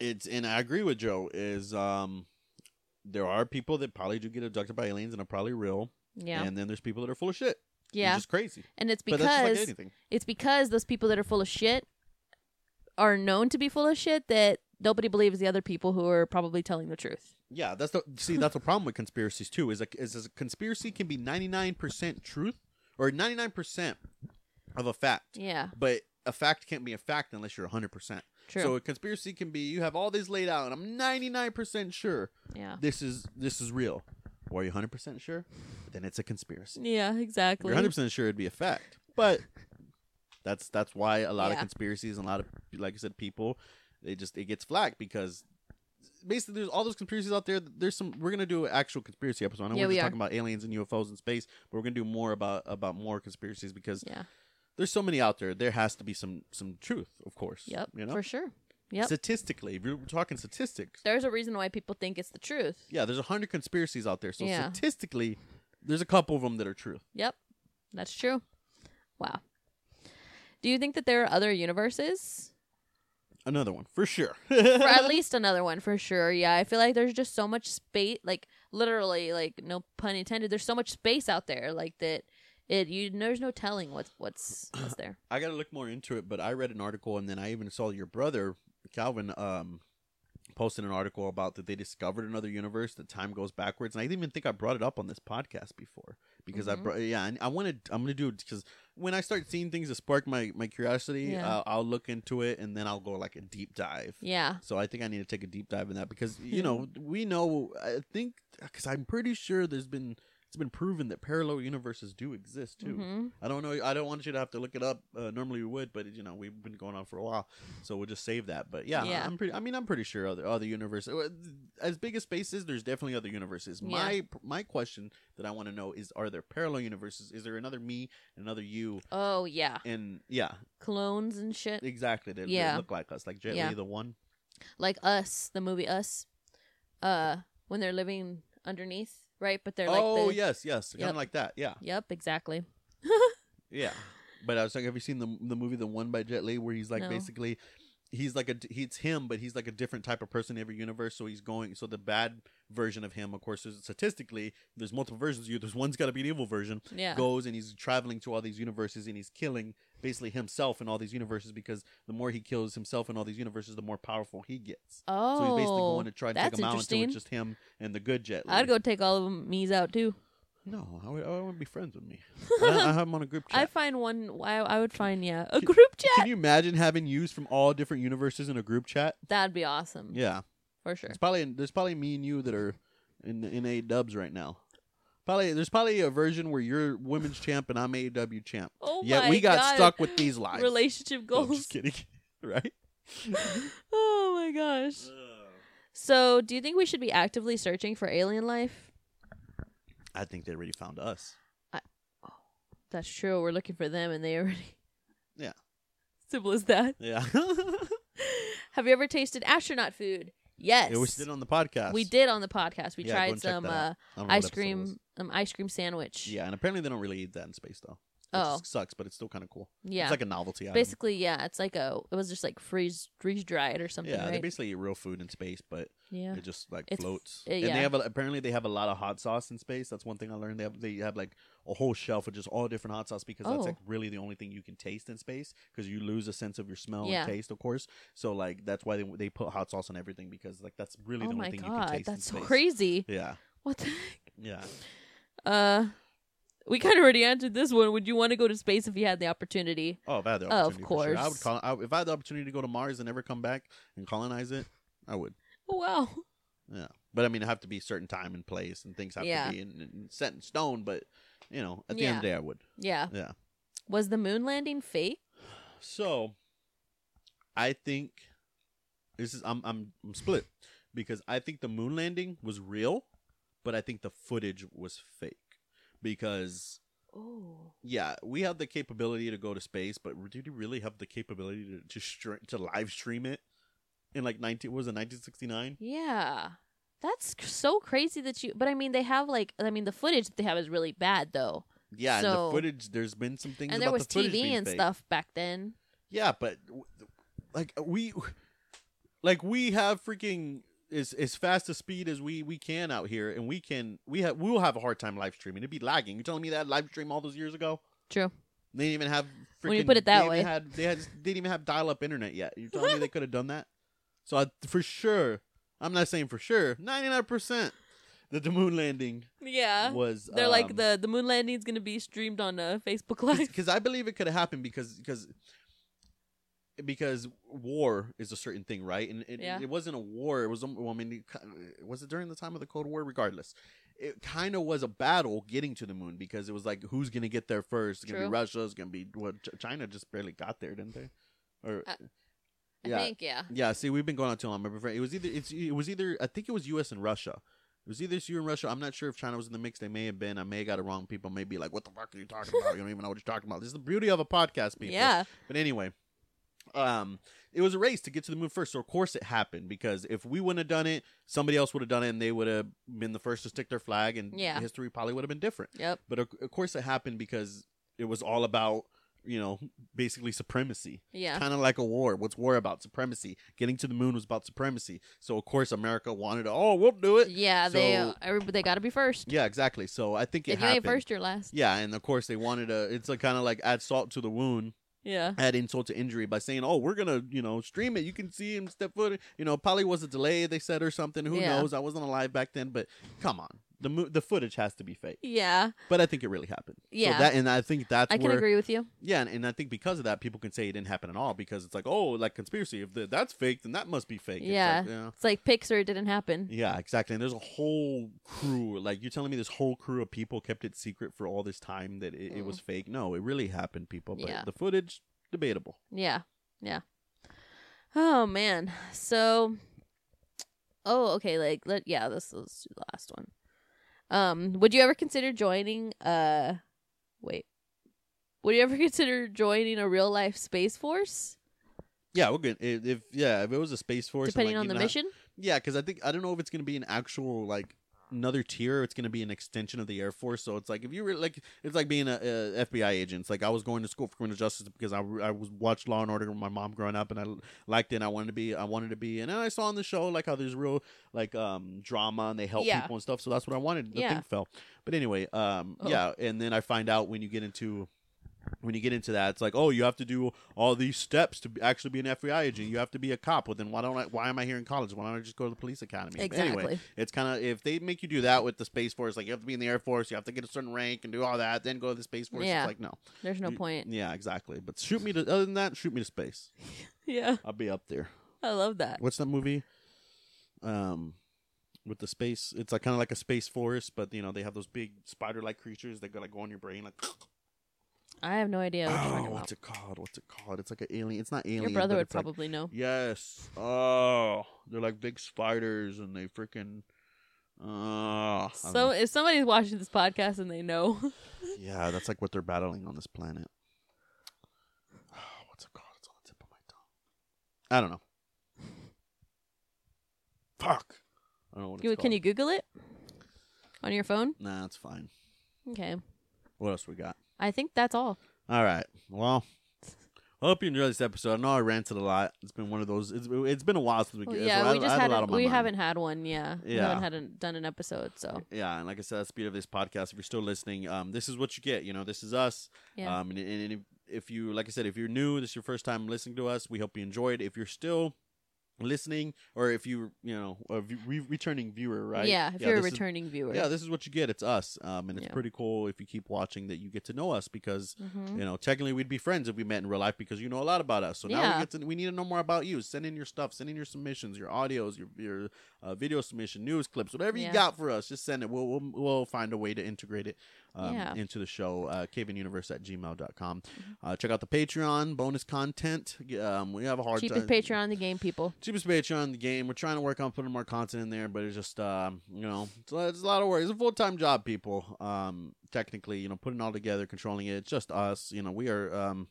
It's and I agree with Joe. Is um, there are people that probably do get abducted by aliens and are probably real,
Yeah,
and then there's people that are full of shit. They're
yeah,
just crazy.
and it's
but that's just
because
like anything.
it's because those people that are full of shit are known to be full of shit that nobody believes the other people who are probably telling the truth.
Yeah, that's the see. That's the problem with conspiracies too. Is like is, is a conspiracy can be ninety nine percent truth or ninety nine percent of a fact,
Yeah,
but a fact can't be a fact unless you're hundred percent.
true.
So a conspiracy can be you have all this laid out, and I'm ninety nine percent sure
yeah,
this is this is real. Or are you hundred percent sure? Then it's a conspiracy.
yeah,
If
exactly.
you're hundred percent sure it'd be a fact, but that's that's why a lot of
Yeah.
conspiracies and a lot of like I said, people they just it gets flagged because basically there's all those conspiracies out there. There's some we're gonna do an actual conspiracy episode. I know
Yeah,
we're
we
just
are.
talking about aliens and UFOs in space, but we're gonna do more about about more conspiracies because
Yeah.
there's so many out there. There has to be some some truth, of course.
Yep,
You know,
for sure. Yep,
statistically, if you're talking statistics,
there's a reason why people think it's the truth.
yeah, there's a hundred conspiracies out there. So
Yeah.
statistically, there's a couple of them that are true.
Yep, that's true. Wow. Do you think that there are other universes?
Another one for sure.
For at least another one, for sure. Yeah, I feel like there's just so much space, like literally, like no pun intended. There's so much space out there, like that. It you there's no telling what's what's what's there.
I got to look more into it, but I read an article and then I even saw your brother Calvin um posted an article about that they discovered another universe that time goes backwards, and I didn't even think I brought it up on this podcast before because I
Mhm.
brought yeah, and I wanted I'm gonna do it because when I start seeing things that spark my my curiosity,
Yeah.
I'll, I'll look into it and then I'll go like a deep dive.
Yeah.
So I think I need to take a deep dive in that because you
Yeah.
know we know I think because I'm pretty sure there's been it's been proven that parallel universes do exist too.
hmm
I don't know. I don't want you to have to look it up. Uh, normally we would, but you know we've been going on for a while, so we'll just save that. But yeah,
Yeah.
I'm pretty. I mean, I'm pretty sure other other universes. As big as space is, there's definitely other universes.
Yeah.
My my question that I want to know is: Are there parallel universes? Is there another me, another you,
Oh yeah,
and yeah,
clones and shit
exactly. They, they
Yeah.
look like us, like Jet Li,
Yeah.
the one.
like Us, the movie Us. Uh, when they're living underneath, right? But they're like,
oh
the-
yes, yes, kind
Yep.
of like that. Yeah,
Yep, exactly.
Yeah, but I was like, have you seen the the movie The One by Jet Li, where he's like
No.
basically, he's like a he's him, but he's like a different type of person in every universe. So he's going so the bad version of him, of course, there's, statistically there's multiple versions of you. There's one's got to be an evil version.
Yeah.
Goes and he's traveling to all these universes and he's killing basically himself in all these universes because the more he kills himself in all these universes, the more powerful he gets.
Oh,
so he's basically going to try and take
that's
him out until
interesting.
it's just him and the good Jet Li.
I'd go take all of them me's out too.
No, I, would, I wouldn't be friends with me. I, I have him on a group chat.
I'd find one. I, I would find yeah a group
Can
chat.
you imagine having used from all different universes in a group chat?
That'd be awesome.
Yeah,
for sure.
it's probably there's probably me and you that are in in A dubs right now. Probably there's probably a version where you're women's champ and I'm AEW champ.
Oh
Yet
my
we got
God.
stuck with these lives.
Relationship
No, I'm
goals.
just kidding, right?
oh my gosh. So, do you think we should be actively searching for alien life?
I think they already found us.
That's true. We're looking for them, and they already.
Yeah.
Simple as that.
Yeah,
Have you ever tasted astronaut food? Yes.
it was did on the podcast.
we did on the podcast. We
Yeah, go
tried
and check
some
that out.
uh,
I don't know what episode
ice
it was.
cream, um, ice cream sandwich.
Yeah, and apparently they don't really eat that in space though. which
Oh.
is- sucks, but it's still kind of cool.
Yeah.
it's like a um, novelty item.
basically, yeah, it's like a it was just like freeze freeze dried or something,
yeah, they
right?
basically eat real food in space, but
yeah.
it just like
It's-
floats.
uh,
And
yeah.
they have a, apparently they have a lot of hot sauce in space. That's one thing I learned. They have they have like a whole shelf of just all different hot sauce because
Oh.
that's like really the only thing you can taste in space because you lose a sense of your smell
Yeah.
and taste, of course. So like that's why they they put hot sauce on everything because like that's really
oh
the
my
only thing you can
god,
taste. in
that's so
space.
crazy.
Yeah,
What the heck?
yeah.
Uh we kind of already answered this one. Would you want to go to space if you had the opportunity?
Oh, if I had the
Of
opportunity, for sure. I would
course.
call. I, if I had the opportunity to go to Mars and never come back and colonize it, I would.
Oh wow.
Yeah, but I mean, it have to be certain time and place, and things have
Yeah.
to be in, in, set in stone. But you know, at the end of the day, I would.
Yeah.
Yeah.
Was the moon landing fake?
So, I think this is I'm I'm, I'm split because I think the moon landing was real, but I think the footage was fake because
Oh.
yeah, we have the capability to go to space, but did you really have the capability to to, str- to live stream it in like nineteen? what Was it nineteen sixty nine?
Yeah. That's c- so crazy that you but I mean they have like I mean the footage that they have is really bad though.
Yeah, and
So-
the footage. There's been some things.
and there
about
was
the footage
TV
being
and
fake.
stuff back then.
Yeah, but like uh, we, like we have freaking as as fast a speed as we we can out here, and we can we have we'll have a hard time live streaming. It'd be lagging. You telling me that live stream all those years ago?
True.
They didn't even have. Freaking,
When you put it that
they
way.
even had, they had they didn't even have dial up internet yet. You telling me they could have done that? So I, for sure, I'm not saying for sure, ninety nine percent that the moon landing
Yeah.
was.
Uh, They're like
um,
the the moon landing is going to be streamed on uh, Facebook Live.
because I believe it could have happened because because because war is a certain thing, right? And it,
Yeah.
it wasn't a war. It was um, well, I mean, it ki- was it during the time of the Cold War? Regardless, it kind of was a battle getting to the moon because it was like who's gonna get there first? It's gonna
True.
be Russia. It's gonna be what? Ch- China just barely got there, didn't they? Or
I-
yeah,
I think yeah.
yeah. See, we've been going on too long. My friend, it was either it's it was either I think it was U.S. and Russia. It was either you and Russia. I'm not sure if China was in the mix. They may have been. I may have got it wrong. People may be like, "What the fuck are you talking about? You don't even know what you're talking about." This is the beauty of a podcast, people.
Yeah.
But anyway, um, it was a race to get to the moon first. So of course it happened because if we wouldn't have done it, somebody else would have done it, and they would have been the first to stick their flag, and
Yeah.
history probably would have been different.
Yep.
But of, of course it happened because it was all about you know basically supremacy
Yeah.
kind of like a war. What's war about? Supremacy. Getting to the moon was about supremacy. So of course America wanted, to, oh, we'll do it.
Yeah, they
So-
uh, everybody, they got to be first.
Yeah, exactly. So I think it
if you ain't
happened.
first, you're last.
yeah, and of course they wanted to. It's like kind of like add salt to the wound,
Yeah.
add insult to injury by saying, "Oh, we're gonna, you know, stream it. You can see him step foot. You know, probably was a delay they said or something. Who
Yeah.
knows? I wasn't alive back then, but come on, the mo- the footage has to be fake.
Yeah.
But I think it really happened. So
Yeah.
that and I think that's
I can
where
agree with you.
yeah, and, and I think because of that, people can say it didn't happen at all because it's like, oh, like conspiracy. If the, that's fake, then that must be fake. It's like,
Yeah.
yeah.
It's like Pixar it didn't happen.
Yeah, exactly. And there's a whole crew. Like you're telling me, this whole crew of people kept it secret for all this time that it, it was fake. No, it really happened, people. But
Mm. Yeah.
the footage, debatable.
Yeah. Yeah. Oh man. So Oh, okay, like let yeah, this is the last one. Um, would you ever consider joining uh wait. Would you ever consider joining a real life space force
Yeah, we're good. If, if yeah, if it was a space force, and,
depending
like,
on
you
the
know-
mission?
Yeah, because I think I don't know if it's gonna be an actual like another tier. It's gonna be an extension of the Air Force. So it's like if you were like it's like being a, a FBI agent. It's like I was going to school for criminal justice because I, I was watched Law and Order with my mom growing up, and I liked it. And I wanted to be I wanted to be, and then I saw on the show like how there's real like um drama and they help
Yeah.
people and stuff. So that's what I wanted. The
Yeah.
thing fell. But anyway, um
Oh.
yeah, and then I find out when you get into when you get into that, it's like, oh, you have to do all these steps to be- actually be an FBI agent. You have to be a cop. Well, then why don't I? Why am I here in college? Why don't I just go to the police academy? But Anyway,
Exactly.
it's kind of if they make you do that with the space force, like you have to be in the air force, you have to get a certain rank and do all that, then go to the space force.
Yeah.
It's like no,
There's no
You-
point.
yeah, exactly. But shoot me to other than that, shoot me to space.
Yeah.
I'll be up there.
I love that.
What's that movie? Um, with the space, it's like kind of like a space force, but you know they have those big spider-like creatures that go like go on your brain, like.
I have no idea what you're
Oh,
talking about.
what's it called? What's it called? It's like an alien. It's not alien.
Your brother
but
would
it's like-
probably know.
Yes. Oh, they're like big spiders, and they freaking. Uh,
So if somebody's watching this podcast and they know,
yeah, that's like what they're battling on this planet. Oh, what's it called? It's on the tip of my tongue. I don't know. Fuck. I don't know what it's
you- can
called.
you Google it on your phone?
Nah, it's fine.
Okay.
What else we got?
I think that's all.
All right. Well, I hope you enjoyed this episode. I know I ranted a lot. It's been one of those. It's, it's been a while since we.
Well,
it's-
yeah,
I-
we
I
just
had a lot on
haven't
my
we
mind.
haven't had one. Yeah, we
Yeah.
haven't had a, done an episode. So
Yeah, and like I said, that's the speed of this podcast. If you're still listening, um, this is what you get. You know, this is us.
Yeah.
Um, and, and if, if you, like I said, if you're new, this is your first time listening to us. We hope you enjoyed. If you're still listening, or if you, you know, a v- re- returning viewer, right?
yeah, if you're a
this is-
returning viewer,
yeah, this is what you get. It's us, um, and it's
Yeah.
pretty cool if you keep watching that you get to know us because
Mhm.
you know technically we'd be friends if we met in real life because you know a lot about us. So now
Yeah.
we get to we need to know more about you. Send in your stuff, send in your submissions, your audios, your your uh, video submission, news clips, whatever you
Yeah.
got for us. Just send it. We'll we'll, we'll find a way to integrate it um,
Yeah. Mm-hmm.
into the show. Uh, caveuniverse at gmail.com. Uh, check out the Patreon bonus content. Um, we have a hard time.
cheapest Patreon in the game, people.
Cheapest Patreon, the game. We're trying to work on putting more content in there, but it's just, um, you know, it's a, lot- it's a lot of work. It's a full time job, people. Um, technically, you know, putting it all together, controlling it. It's just us. You know, we are, um,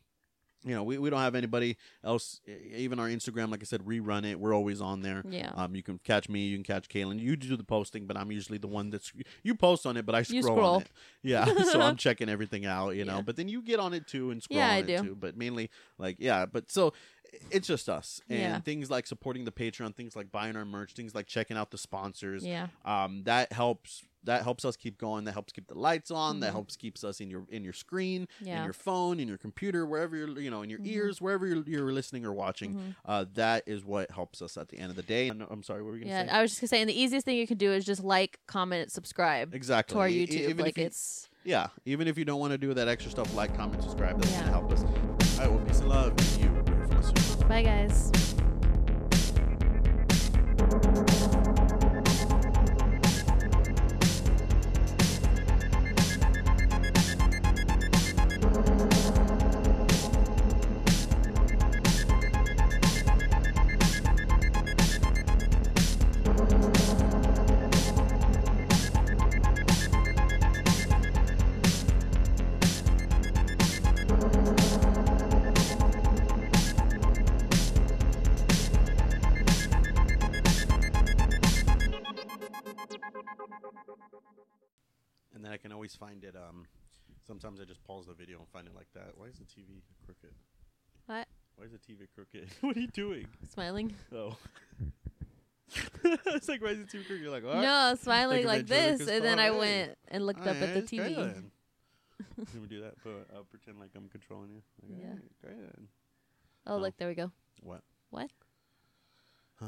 you know, we, we don't have anybody else. E- Even our Instagram, like I said, rerun it. We're always on there.
Yeah.
Um, you can catch me. You can catch Kaylin. You do the posting, but I'm usually the one that's you post on it, but I scroll,
You
on
scroll.
it. Yeah. so I'm checking everything out, you know.
Yeah.
But then you get on it too and scroll
Yeah,
on
I
it
do.
too. But mainly, like, yeah. But so it's just us and
Yeah.
things like supporting the Patreon, things like buying our merch, things like checking out the sponsors.
Yeah,
Um, that helps. That helps us keep going. That helps keep the lights on. That
Mhm.
helps keeps us in your in your screen, in
yeah,
your phone, in your computer, wherever you're, you know, in your
Mhm.
ears, wherever you're, you're listening or watching.
Mhm.
Uh, that is what helps us at the end of the day. And I'm sorry, what were you gonna
yeah.
say?
I was just gonna say, and the easiest thing you can do is just like, comment, subscribe
exactly.
to our
E- e-
YouTube.
even if
like
you-
it's
Yeah, even if you don't want to do that extra stuff, like, comment, subscribe. That's
Yeah.
gonna help us. All right, well, peace and love. and You, we're from us.
bye, guys.
And then I can always find it. Um, sometimes I just pause the video and find it like that. Why is the TV crooked?
What?
Why is the TV crooked? what are you doing?
Smiling?
Oh. it's like why is the TV crooked? You're like, what?
No, smiling
Like
like,
a ventriloquist,
this, and then I
alright.
went and looked
Oh,
up at the TV.
Can we do that? But I'll pretend like I'm controlling you. Like,
Yeah.
"Alright, go ahead."
Oh, look, there we go.
What?
What?
Huh?